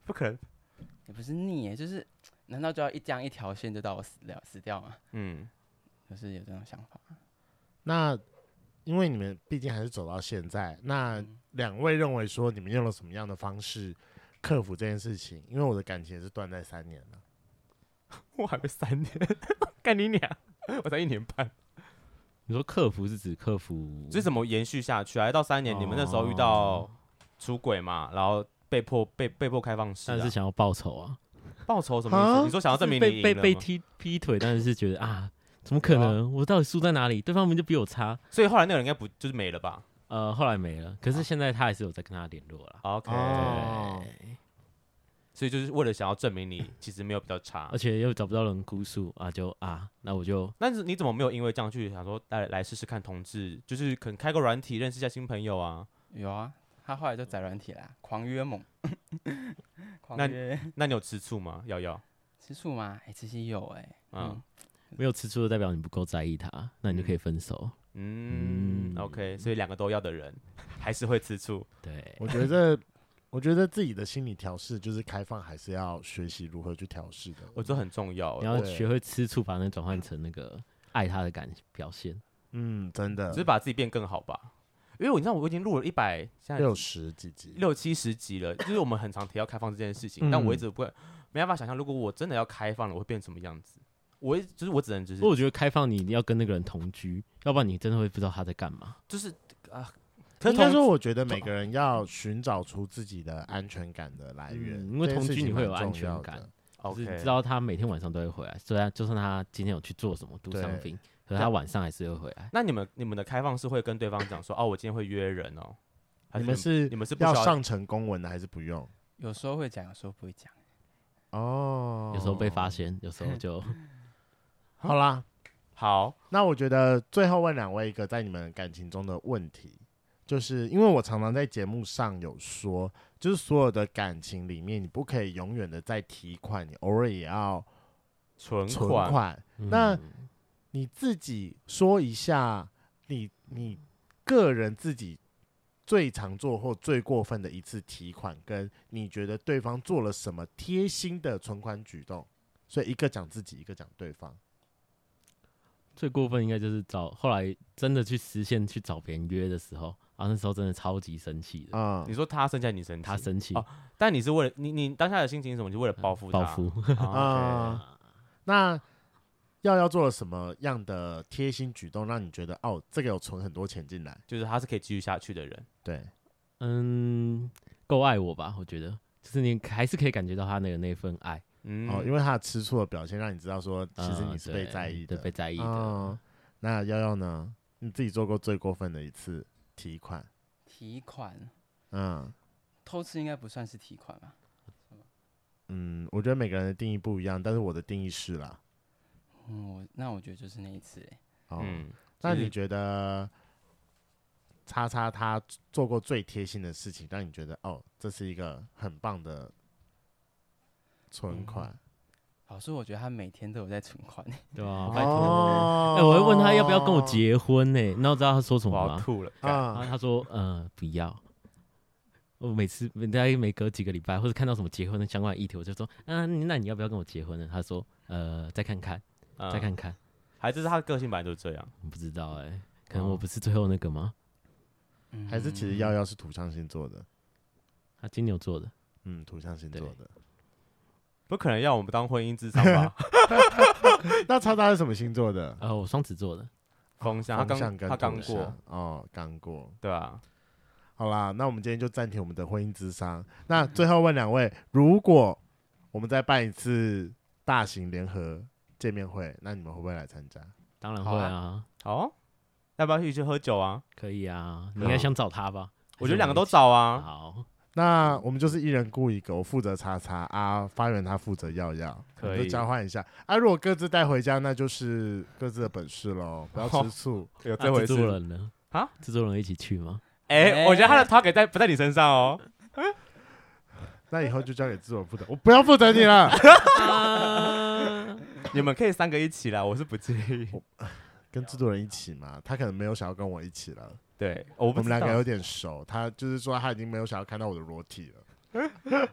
[SPEAKER 2] 不可能。
[SPEAKER 5] 也不是腻耶，就是难道就要一这样一条线就到我死掉死掉吗？
[SPEAKER 2] 嗯，
[SPEAKER 5] 就是有这种想法。
[SPEAKER 1] 那因为你们毕竟还是走到现在，那
[SPEAKER 5] 嗯
[SPEAKER 1] 两位认为说你们用了什么样的方式克服这件事情？因为我的感情也是断在三年了。
[SPEAKER 2] 我还没三年， 干你俩，我才一年半，
[SPEAKER 3] 你说客服是指客服，
[SPEAKER 2] 这怎么延续下去啊？要到三年，你们那时候遇到出轨嘛，然后被迫被被迫开放式、
[SPEAKER 3] 但
[SPEAKER 2] 啊
[SPEAKER 3] 是，想要报仇啊？
[SPEAKER 2] 报仇什么意
[SPEAKER 1] 啊
[SPEAKER 2] 思？你说想要证明你
[SPEAKER 3] 就是被
[SPEAKER 2] 赢
[SPEAKER 3] 被
[SPEAKER 2] 了
[SPEAKER 3] 被
[SPEAKER 2] 吗
[SPEAKER 3] 踢劈腿，但是觉得啊，怎么可能？我到底输在哪里？对方明明就比我差。
[SPEAKER 2] 所以后来那个人应该不就是没了吧
[SPEAKER 3] 呃，后来没了，可
[SPEAKER 2] 啊
[SPEAKER 3] 是现在他还是有在跟他联络啦。
[SPEAKER 2] ？OK，、
[SPEAKER 1] 哦，
[SPEAKER 2] 所以就是为了想要证明你其实没有比较差
[SPEAKER 3] 而。且又找不到人哭诉啊，就啊，那我就
[SPEAKER 2] 但是你怎么没有因为这样去想说来来试试看同志，就是可能开个软体认识一下新朋友啊？
[SPEAKER 5] 有啊，他后来就载软体啦，狂约 猛，狂
[SPEAKER 2] 那
[SPEAKER 5] 约
[SPEAKER 2] 那你有吃醋吗？瑶瑶，
[SPEAKER 5] 吃醋吗？哎、其实有哎、
[SPEAKER 2] 嗯
[SPEAKER 5] 嗯
[SPEAKER 3] 没有吃醋，代表你不够在意他，那你就可以分手。
[SPEAKER 2] 嗯
[SPEAKER 3] 嗯
[SPEAKER 2] o k 所以两个都要的人 还是会吃醋。
[SPEAKER 3] 对，
[SPEAKER 1] 我觉得，我觉得自己的心理调试就是开放，还是要学习如何去调试的。
[SPEAKER 2] 我觉得很重要
[SPEAKER 3] 你
[SPEAKER 2] 欸，
[SPEAKER 3] 要
[SPEAKER 1] 对
[SPEAKER 3] 学会吃醋，把那转换成那个爱他的感表现。
[SPEAKER 1] 嗯，真的
[SPEAKER 2] 只是，把自己变更好吧。因为我你知道我已经录了一百，现在
[SPEAKER 1] 六十几集，
[SPEAKER 2] 六七十集了，就是我们很常提到开放这件事
[SPEAKER 1] 嗯
[SPEAKER 2] 情，但我一直不会没办法想象，如果我真的要开放了，我会变成什么样子。我一就是我只能
[SPEAKER 3] 哦
[SPEAKER 2] 就是
[SPEAKER 3] 不过我觉得开放你一定要跟那个人同居，要不然你真的会不知道他在干嘛。
[SPEAKER 2] 就是可
[SPEAKER 1] 应
[SPEAKER 2] 是
[SPEAKER 1] 该
[SPEAKER 2] 同
[SPEAKER 1] 说，我觉得每个人要寻找出自己的安全感的来源，
[SPEAKER 3] 嗯因为
[SPEAKER 1] 这件
[SPEAKER 3] 同
[SPEAKER 1] 事
[SPEAKER 3] 居你
[SPEAKER 1] 情
[SPEAKER 3] 会
[SPEAKER 1] 蛮
[SPEAKER 3] 有安
[SPEAKER 1] 重
[SPEAKER 3] 全
[SPEAKER 1] 要的
[SPEAKER 3] 感。啊就是你
[SPEAKER 2] OK，
[SPEAKER 3] 知道他每天晚上都会回来，虽然就算他今天有去做什么赌
[SPEAKER 1] 对
[SPEAKER 3] 商品，可
[SPEAKER 2] 啊
[SPEAKER 3] 是他晚上还是会回来。
[SPEAKER 2] 那你们你们的开放是会跟对方讲说，哦，我今天会约人哦，还
[SPEAKER 1] 你们是
[SPEAKER 2] 你们是不
[SPEAKER 1] 要
[SPEAKER 2] 需
[SPEAKER 1] 上成公文的还是不用？
[SPEAKER 5] 有时候会讲，有时候不会讲。
[SPEAKER 1] 哦，
[SPEAKER 3] 有时候被发现，有时候就
[SPEAKER 1] 好啦，
[SPEAKER 2] 好，
[SPEAKER 1] 那我觉得最后问两位一个在你们感情中的问题，就是因为我常常在节目上有说，就是所有的感情里面，你不可以永远的在提款，你偶尔也要
[SPEAKER 2] 存
[SPEAKER 1] 存
[SPEAKER 2] 款
[SPEAKER 1] 款。那
[SPEAKER 3] 那
[SPEAKER 1] 你自己说一下你，你个人自己最常做或最过分的一次提款，跟你觉得对方做了什么贴心的存款举动。所以一个讲自己，一个讲对方。
[SPEAKER 3] 最过分应该就是找后来真的去实现去找别人约的时候，啊，那时候真的超级生气的，
[SPEAKER 1] 嗯
[SPEAKER 2] 你，说他生气，你生气，
[SPEAKER 3] 他生气
[SPEAKER 2] 哦但你是为了你你当下的心情是什么？你是为了报复他？
[SPEAKER 3] 嗯报复。
[SPEAKER 2] 啊
[SPEAKER 1] 啊那耀耀做了什么样的贴心举动，让你觉得哦，这个有存很多钱进来？
[SPEAKER 2] 就是他是可以继续下去的人。
[SPEAKER 1] 对，
[SPEAKER 3] 嗯，够爱我吧？我觉得，就是你还是可以感觉到他那个那份爱，
[SPEAKER 2] 嗯，
[SPEAKER 1] 哦，因为他的吃醋的表现，让你知道说，其实
[SPEAKER 3] 呃
[SPEAKER 1] 你是被
[SPEAKER 3] 对
[SPEAKER 1] 在意的，
[SPEAKER 3] 对被在意的。
[SPEAKER 1] 哦，那耀耀呢？你自己做过最过分的一次提款？
[SPEAKER 5] 提款
[SPEAKER 1] 嗯
[SPEAKER 5] 偷吃应该不算是提款吧？
[SPEAKER 1] 嗯，我觉得每个人的定义不一样，但是我的定义是啦。
[SPEAKER 5] 嗯，我那我觉得就是那一次、欸，
[SPEAKER 1] 哦，
[SPEAKER 2] 嗯，
[SPEAKER 1] 那
[SPEAKER 2] 就是
[SPEAKER 1] 你觉得叉叉他做过最贴心的事情，让你觉得哦，这是一个很棒的
[SPEAKER 2] 嗯
[SPEAKER 1] 存款？
[SPEAKER 5] 老师，我觉得他每天都有在存款、欸，
[SPEAKER 3] 对啊，拜托。
[SPEAKER 1] 哦，
[SPEAKER 3] 哎、我会问他要不要跟我结婚呢、那我知道他说什
[SPEAKER 2] 我
[SPEAKER 3] 么
[SPEAKER 2] 要
[SPEAKER 3] 吗？
[SPEAKER 2] 吐了。干
[SPEAKER 3] 然后
[SPEAKER 1] 啊。
[SPEAKER 3] 他说，嗯、不要。我每次每大概每隔几个礼拜，或者看到什么结婚的相关议题，我就说，啊，你那你要不要跟我结婚呢？他说，呃，再看看，
[SPEAKER 2] 嗯
[SPEAKER 3] 再看看，
[SPEAKER 2] 还是他的个性本来就是这样。
[SPEAKER 3] 我不知道哎、可
[SPEAKER 2] 哦
[SPEAKER 3] 能我不是最后那个吗？
[SPEAKER 1] 还是其实耀耀是土象星座的，
[SPEAKER 3] 他金牛座的，
[SPEAKER 1] 嗯，土象星座的。
[SPEAKER 2] 不可能要我们当婚姻智商 吧？
[SPEAKER 1] 那叉叉是什么星座的？
[SPEAKER 3] 呃，我双子座的，
[SPEAKER 2] 风向，他
[SPEAKER 1] 风象
[SPEAKER 2] 刚
[SPEAKER 1] 跟
[SPEAKER 2] 他刚
[SPEAKER 1] 土
[SPEAKER 2] 过
[SPEAKER 1] 象，哦，刚过。
[SPEAKER 2] 对啊，
[SPEAKER 1] 好啦，那我们今天就暂停我们的婚姻之商。那最后问两位，如果我们再办一次大型联合见面会，那你们会不会来参加？
[SPEAKER 3] 当然
[SPEAKER 2] 好
[SPEAKER 3] 会
[SPEAKER 2] 啊
[SPEAKER 3] 啊，
[SPEAKER 2] 好哦，要不要一起去喝酒啊？
[SPEAKER 3] 可以啊，你
[SPEAKER 2] 对
[SPEAKER 3] 应
[SPEAKER 2] 啊
[SPEAKER 3] 该想找他吧？
[SPEAKER 2] 我觉得两个
[SPEAKER 3] 还
[SPEAKER 2] 都
[SPEAKER 3] 是
[SPEAKER 2] 找
[SPEAKER 3] 我们
[SPEAKER 2] 啊，
[SPEAKER 3] 好，
[SPEAKER 1] 那我们就是一人雇一个，我负责叉叉啊，发源他负责耀耀，
[SPEAKER 2] 可以
[SPEAKER 1] 我们就交换一下啊。如果各自带回家，那就是各自的本事 喽，不要吃醋。
[SPEAKER 2] 有这
[SPEAKER 3] 那
[SPEAKER 2] 回
[SPEAKER 3] 制作
[SPEAKER 2] 事。
[SPEAKER 3] 人呢？
[SPEAKER 2] 啊，
[SPEAKER 3] 制作人一起 去吗？
[SPEAKER 2] 哎，我觉得他的 target 在不在你身上哦？
[SPEAKER 1] 那以后就交给自我负责，我不要负责你了。
[SPEAKER 2] 你们可以三个一起啦，我是不介意。
[SPEAKER 1] 跟制作人一起嘛，他可能没有想要跟我一起了。
[SPEAKER 2] 对，我
[SPEAKER 1] 我
[SPEAKER 2] 不
[SPEAKER 1] 们
[SPEAKER 2] 知
[SPEAKER 1] 两个
[SPEAKER 2] 道
[SPEAKER 1] 有点熟，他就是说他已经没有想要看到我的裸体了。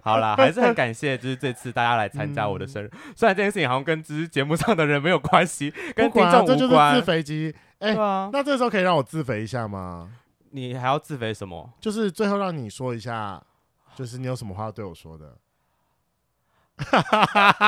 [SPEAKER 2] 好啦，还是很感谢，就是这次大家来参加我的生日。虽然这件事情好像跟只是节目上的人没有关系，跟
[SPEAKER 1] 不
[SPEAKER 2] 听
[SPEAKER 1] 管啊这
[SPEAKER 2] 众
[SPEAKER 1] 就
[SPEAKER 2] 无
[SPEAKER 1] 是
[SPEAKER 2] 关
[SPEAKER 1] 自。肥机。哎、
[SPEAKER 2] 对啊，
[SPEAKER 1] 那这时候可以让我自肥一下吗？
[SPEAKER 2] 你还要自肥什么？
[SPEAKER 1] 就是最后让你说一下，就是你有什么话要对我说的。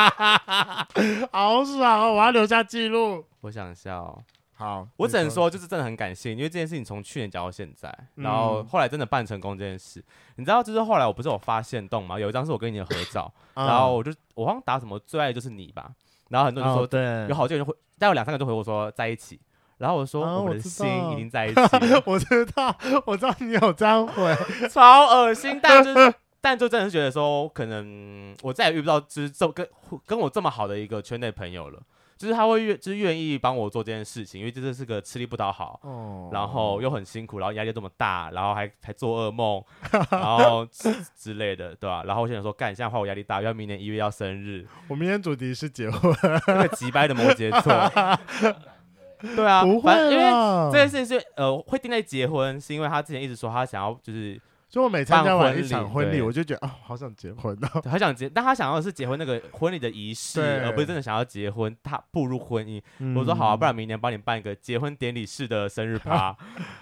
[SPEAKER 1] 好爽哦！我要留下记录。
[SPEAKER 2] 我想一下哦，
[SPEAKER 1] 好，
[SPEAKER 2] 我只能
[SPEAKER 1] 你
[SPEAKER 2] 说就是真的很感谢，因为这件事情从去年讲到现在，然后
[SPEAKER 1] 嗯
[SPEAKER 2] 后来真的办成功这件事。你知道，就是后来我不是有发现动嘛，有一张是我跟你的合照，
[SPEAKER 1] 嗯
[SPEAKER 2] 然后我就我好像打什么最爱就是你吧，然后很多人
[SPEAKER 1] 哦
[SPEAKER 2] 就说
[SPEAKER 1] 对
[SPEAKER 2] 有，好几个人回，大概有两三个都回我说在一起，然后我说、
[SPEAKER 1] 啊
[SPEAKER 2] 哦我
[SPEAKER 1] 我
[SPEAKER 2] 们的
[SPEAKER 1] 知
[SPEAKER 2] 心
[SPEAKER 1] 道
[SPEAKER 2] 已经在一起了，
[SPEAKER 1] 我知道，我知道你有这样 回，
[SPEAKER 2] 超恶心，但 就是。但就真的是觉得说，可能我再也遇不到，就是这跟跟我这么好的一个圈内朋友了，就是他会愿，就是愿意帮我做这件事情，因为这是个吃力不讨好，
[SPEAKER 1] 哦
[SPEAKER 2] 然后又很辛苦，然后压力又这么大，然后还还做噩梦，然 后之之类的，对吧、然后我现在说，干，现在换我压力大，要明年一月要生日，
[SPEAKER 1] 我们今天主题是结婚，
[SPEAKER 2] 那个急掰的摩羯座， 对 啊，
[SPEAKER 1] 不
[SPEAKER 2] 反正
[SPEAKER 1] 会
[SPEAKER 2] 因为
[SPEAKER 1] 啦
[SPEAKER 2] 这。件事情是呃会定在结婚，是因为他之前一直说他想要就是
[SPEAKER 1] 所以我每参加
[SPEAKER 2] 办
[SPEAKER 1] 完
[SPEAKER 2] 婚礼
[SPEAKER 1] 一场婚礼，
[SPEAKER 2] 对
[SPEAKER 1] 我就觉得啊、好想结婚哦。
[SPEAKER 2] 对他想结，但他想要的是结婚那个婚礼的仪式，
[SPEAKER 1] 对
[SPEAKER 2] 而不是真的想要结婚，他步入婚姻。我说
[SPEAKER 1] 嗯
[SPEAKER 2] 好啊，不然明年帮你办一个结婚典礼式的生 日趴。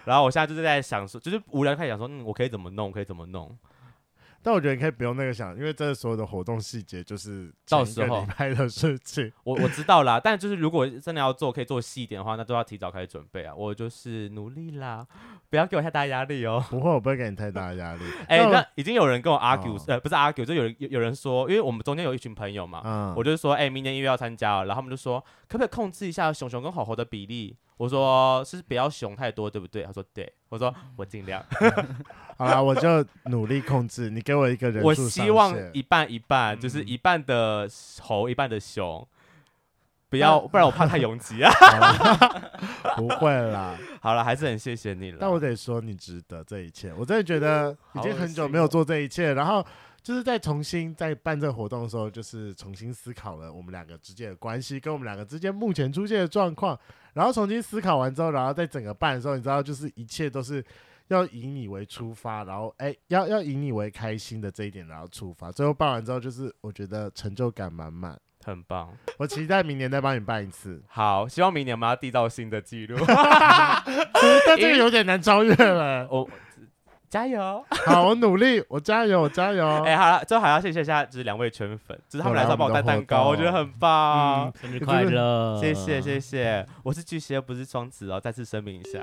[SPEAKER 2] 然后我现在就是在想说，就是无聊开始想说，嗯，我可以怎么弄，我可以怎么弄。
[SPEAKER 1] 但我觉得你可以不用那个想，因为这所有的活动细节就是
[SPEAKER 2] 到
[SPEAKER 1] 前一个
[SPEAKER 2] 时候
[SPEAKER 1] 礼拜的事情。
[SPEAKER 2] 我我知道啦，但就是如果真的要做，可以做细一点的话，那都要提早开始准备啊。我就是努力啦，不要给我太大压 力哦。
[SPEAKER 1] 不会，我不会给你太大的压力。
[SPEAKER 2] 哎、
[SPEAKER 1] 但我
[SPEAKER 2] 那已经有人跟我 argue，、
[SPEAKER 1] 哦
[SPEAKER 2] 呃，不是 argue，就有人有有人说，因为我们中间有一群朋友嘛，
[SPEAKER 1] 嗯，
[SPEAKER 2] 我就说，哎、明年一月要参加哦，然后他们就说，可不可以控制一下熊熊跟猴猴的比例？我说是不要熊太多，对不对？他说对，我说我尽量，
[SPEAKER 1] 好啦，我就努力控制。你给我一个人
[SPEAKER 2] 我
[SPEAKER 1] 数上
[SPEAKER 2] 希望
[SPEAKER 1] 限嗯
[SPEAKER 2] 一 半一半，就是一半的猴，一半的熊，不要，不然我怕 太拥挤啊。
[SPEAKER 1] 好啦不会啦。
[SPEAKER 2] 好了，还是很谢谢你了。
[SPEAKER 1] 但我得说，你值得这一切。我真的觉得已经
[SPEAKER 2] 好恶
[SPEAKER 1] 很久
[SPEAKER 2] 心
[SPEAKER 1] 没有
[SPEAKER 2] 啊哦
[SPEAKER 1] 做这一切，然后就是在重新在办这个活动的时候，就是重新思考了我们两个之间的关系，跟我们两个之间目前出现的状况，然后重新思考完之后，然后在整个办的时候，你知道，就是一切都是。要以你为出发，然后哎，要要以你为开心的这一点，然后出发。最后办完之后，就是我觉得成就感满满。
[SPEAKER 2] 很棒，
[SPEAKER 1] 我期待明年再帮你办一 次，
[SPEAKER 2] 好，希望明年我们要缔造新的 记录。
[SPEAKER 1] 但这个有点难超越 了。
[SPEAKER 2] 我加油！
[SPEAKER 1] 好，我努力，我加油，我加油。
[SPEAKER 2] 哎、好了，最后还要谢谢一下，就是两位圈粉，就是他们
[SPEAKER 1] 有来
[SPEAKER 2] 来上
[SPEAKER 1] 我
[SPEAKER 2] 帮我
[SPEAKER 1] 们的
[SPEAKER 2] 带蛋
[SPEAKER 1] 活
[SPEAKER 2] 糕，
[SPEAKER 1] 动
[SPEAKER 2] 我觉得很棒。
[SPEAKER 1] 嗯
[SPEAKER 3] 生日快乐！
[SPEAKER 2] 谢谢谢谢，我是巨蟹，不是双子哦，再次声明一下。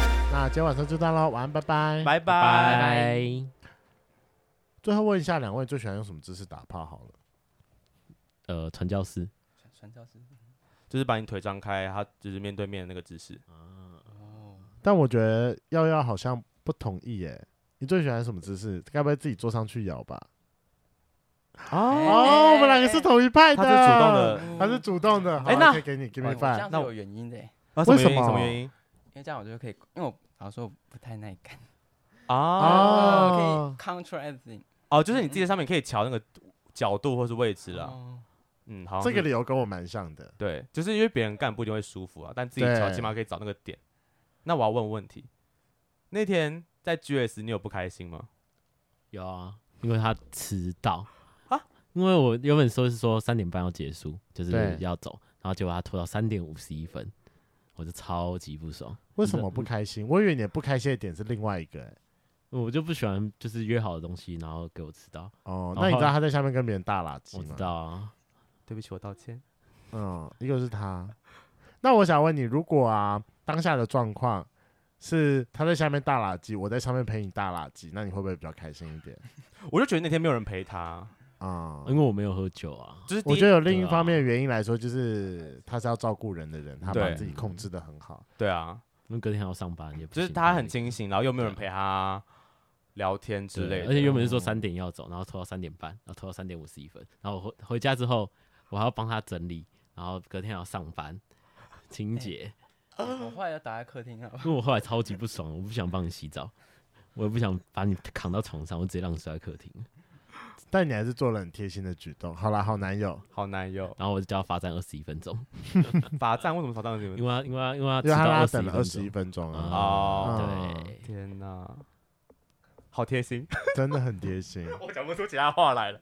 [SPEAKER 1] 那今天晚上就这样喽，晚安，拜拜。
[SPEAKER 2] 拜
[SPEAKER 3] 拜
[SPEAKER 2] 拜。
[SPEAKER 3] 拜。
[SPEAKER 1] 最后问一下两位最喜欢用什么姿势打炮好了？
[SPEAKER 3] 呃，传教士，
[SPEAKER 5] 传传教士
[SPEAKER 2] 就是把你腿张开，他就是面对面的那个姿势。
[SPEAKER 5] 哦，
[SPEAKER 1] 但我觉得耀耀好像不同意耶。你最喜欢什么姿势？该不会自己坐上去咬吧？哦，我们两个是同一派的，
[SPEAKER 2] 他是主动的
[SPEAKER 1] 他是主哦动的。好
[SPEAKER 2] 哎那
[SPEAKER 1] 可以给你 give
[SPEAKER 5] 哎
[SPEAKER 1] me
[SPEAKER 5] 我这
[SPEAKER 1] five。
[SPEAKER 5] 样是
[SPEAKER 2] 那我
[SPEAKER 5] 有原因的欸，
[SPEAKER 2] 啊
[SPEAKER 1] 为什么
[SPEAKER 2] 什么原因？
[SPEAKER 5] 因为这样我就可以，因为我老实说我不太耐干，
[SPEAKER 2] 啊
[SPEAKER 1] 哦
[SPEAKER 5] 我可以 control everything
[SPEAKER 2] 哦，就是你自己在上面可以调那个角度或是啊位置啦。
[SPEAKER 5] 哦。
[SPEAKER 2] 嗯，好像
[SPEAKER 1] 这
[SPEAKER 2] 是，
[SPEAKER 1] 个理由跟我蛮像的。
[SPEAKER 2] 对，就是因为别人干不一定会舒服啊，但自己
[SPEAKER 1] 对
[SPEAKER 2] 调起码可以找那个点。那我要问问题，那天在 GS 你有不开心吗？
[SPEAKER 3] 有啊，因为他迟到
[SPEAKER 2] 啊
[SPEAKER 3] 因为我原本说是说三点半要结束，就是
[SPEAKER 1] 对
[SPEAKER 3] 要走，然后结果他拖到三点五十一分，我就超级不爽。
[SPEAKER 1] 为什么不开心？我以为你的不开心的点是另外一个、哎
[SPEAKER 3] 我就不喜欢就是约好的东西，然后给我迟到。
[SPEAKER 1] 哦，
[SPEAKER 3] 然后
[SPEAKER 1] 那你知道他在下面跟别人大垃圾
[SPEAKER 3] 我
[SPEAKER 1] 吗？
[SPEAKER 3] 知道啊，
[SPEAKER 2] 对不起，我道歉。
[SPEAKER 1] 嗯，一个是他。那我想问你，如果啊当下的状况是他在下面大垃圾，我在上面陪你大垃圾，那你会不会比较开心一点？
[SPEAKER 2] 我就觉得那天没有人陪他，哦
[SPEAKER 1] 啊、
[SPEAKER 3] 因为我没有喝酒啊。
[SPEAKER 2] 就是第
[SPEAKER 1] 我
[SPEAKER 2] 一
[SPEAKER 1] 觉得有另一
[SPEAKER 3] 对啊
[SPEAKER 1] 方面的原因来说，就是他是要照顾人的人，他把
[SPEAKER 2] 对
[SPEAKER 1] 自己控制的很好。
[SPEAKER 2] 对啊，
[SPEAKER 3] 因为隔天还要上班，也不
[SPEAKER 2] 就是
[SPEAKER 3] 行
[SPEAKER 2] 他
[SPEAKER 3] 太
[SPEAKER 2] 很
[SPEAKER 3] 累
[SPEAKER 2] 清醒，然后又没有人陪他聊天之
[SPEAKER 3] 对
[SPEAKER 2] 类的。
[SPEAKER 3] 而且原本是说
[SPEAKER 1] 哦
[SPEAKER 3] 三点要走，然后拖到三点半，然后拖到三点五十一分，然后我回回家之后，我还要帮他整理，然后隔天还要上班清洁。
[SPEAKER 5] 我后来要倒在客厅了，
[SPEAKER 3] 因为我后来超级不爽，我不想帮你洗澡，我也不想把你扛到床上，我直接让你睡在客厅。
[SPEAKER 1] 但你还是做了很贴心的举动。好啦，好男友，
[SPEAKER 2] 好难哟，
[SPEAKER 3] 然后我就叫他罚站二十一分钟，
[SPEAKER 2] 罚站为什么罚站你 们？
[SPEAKER 3] 因为他因为他因为
[SPEAKER 1] 嗯因
[SPEAKER 3] 他迟
[SPEAKER 1] 为他
[SPEAKER 3] 到
[SPEAKER 1] 拉
[SPEAKER 3] 二十
[SPEAKER 1] 等了二十
[SPEAKER 3] 一
[SPEAKER 1] 一
[SPEAKER 3] 分
[SPEAKER 1] 分钟
[SPEAKER 3] 钟
[SPEAKER 1] 啊，
[SPEAKER 3] 啊
[SPEAKER 1] 哦
[SPEAKER 3] 对，
[SPEAKER 2] 天哪，好贴心，
[SPEAKER 1] 真的很贴心。
[SPEAKER 2] 我讲不出其他话来了。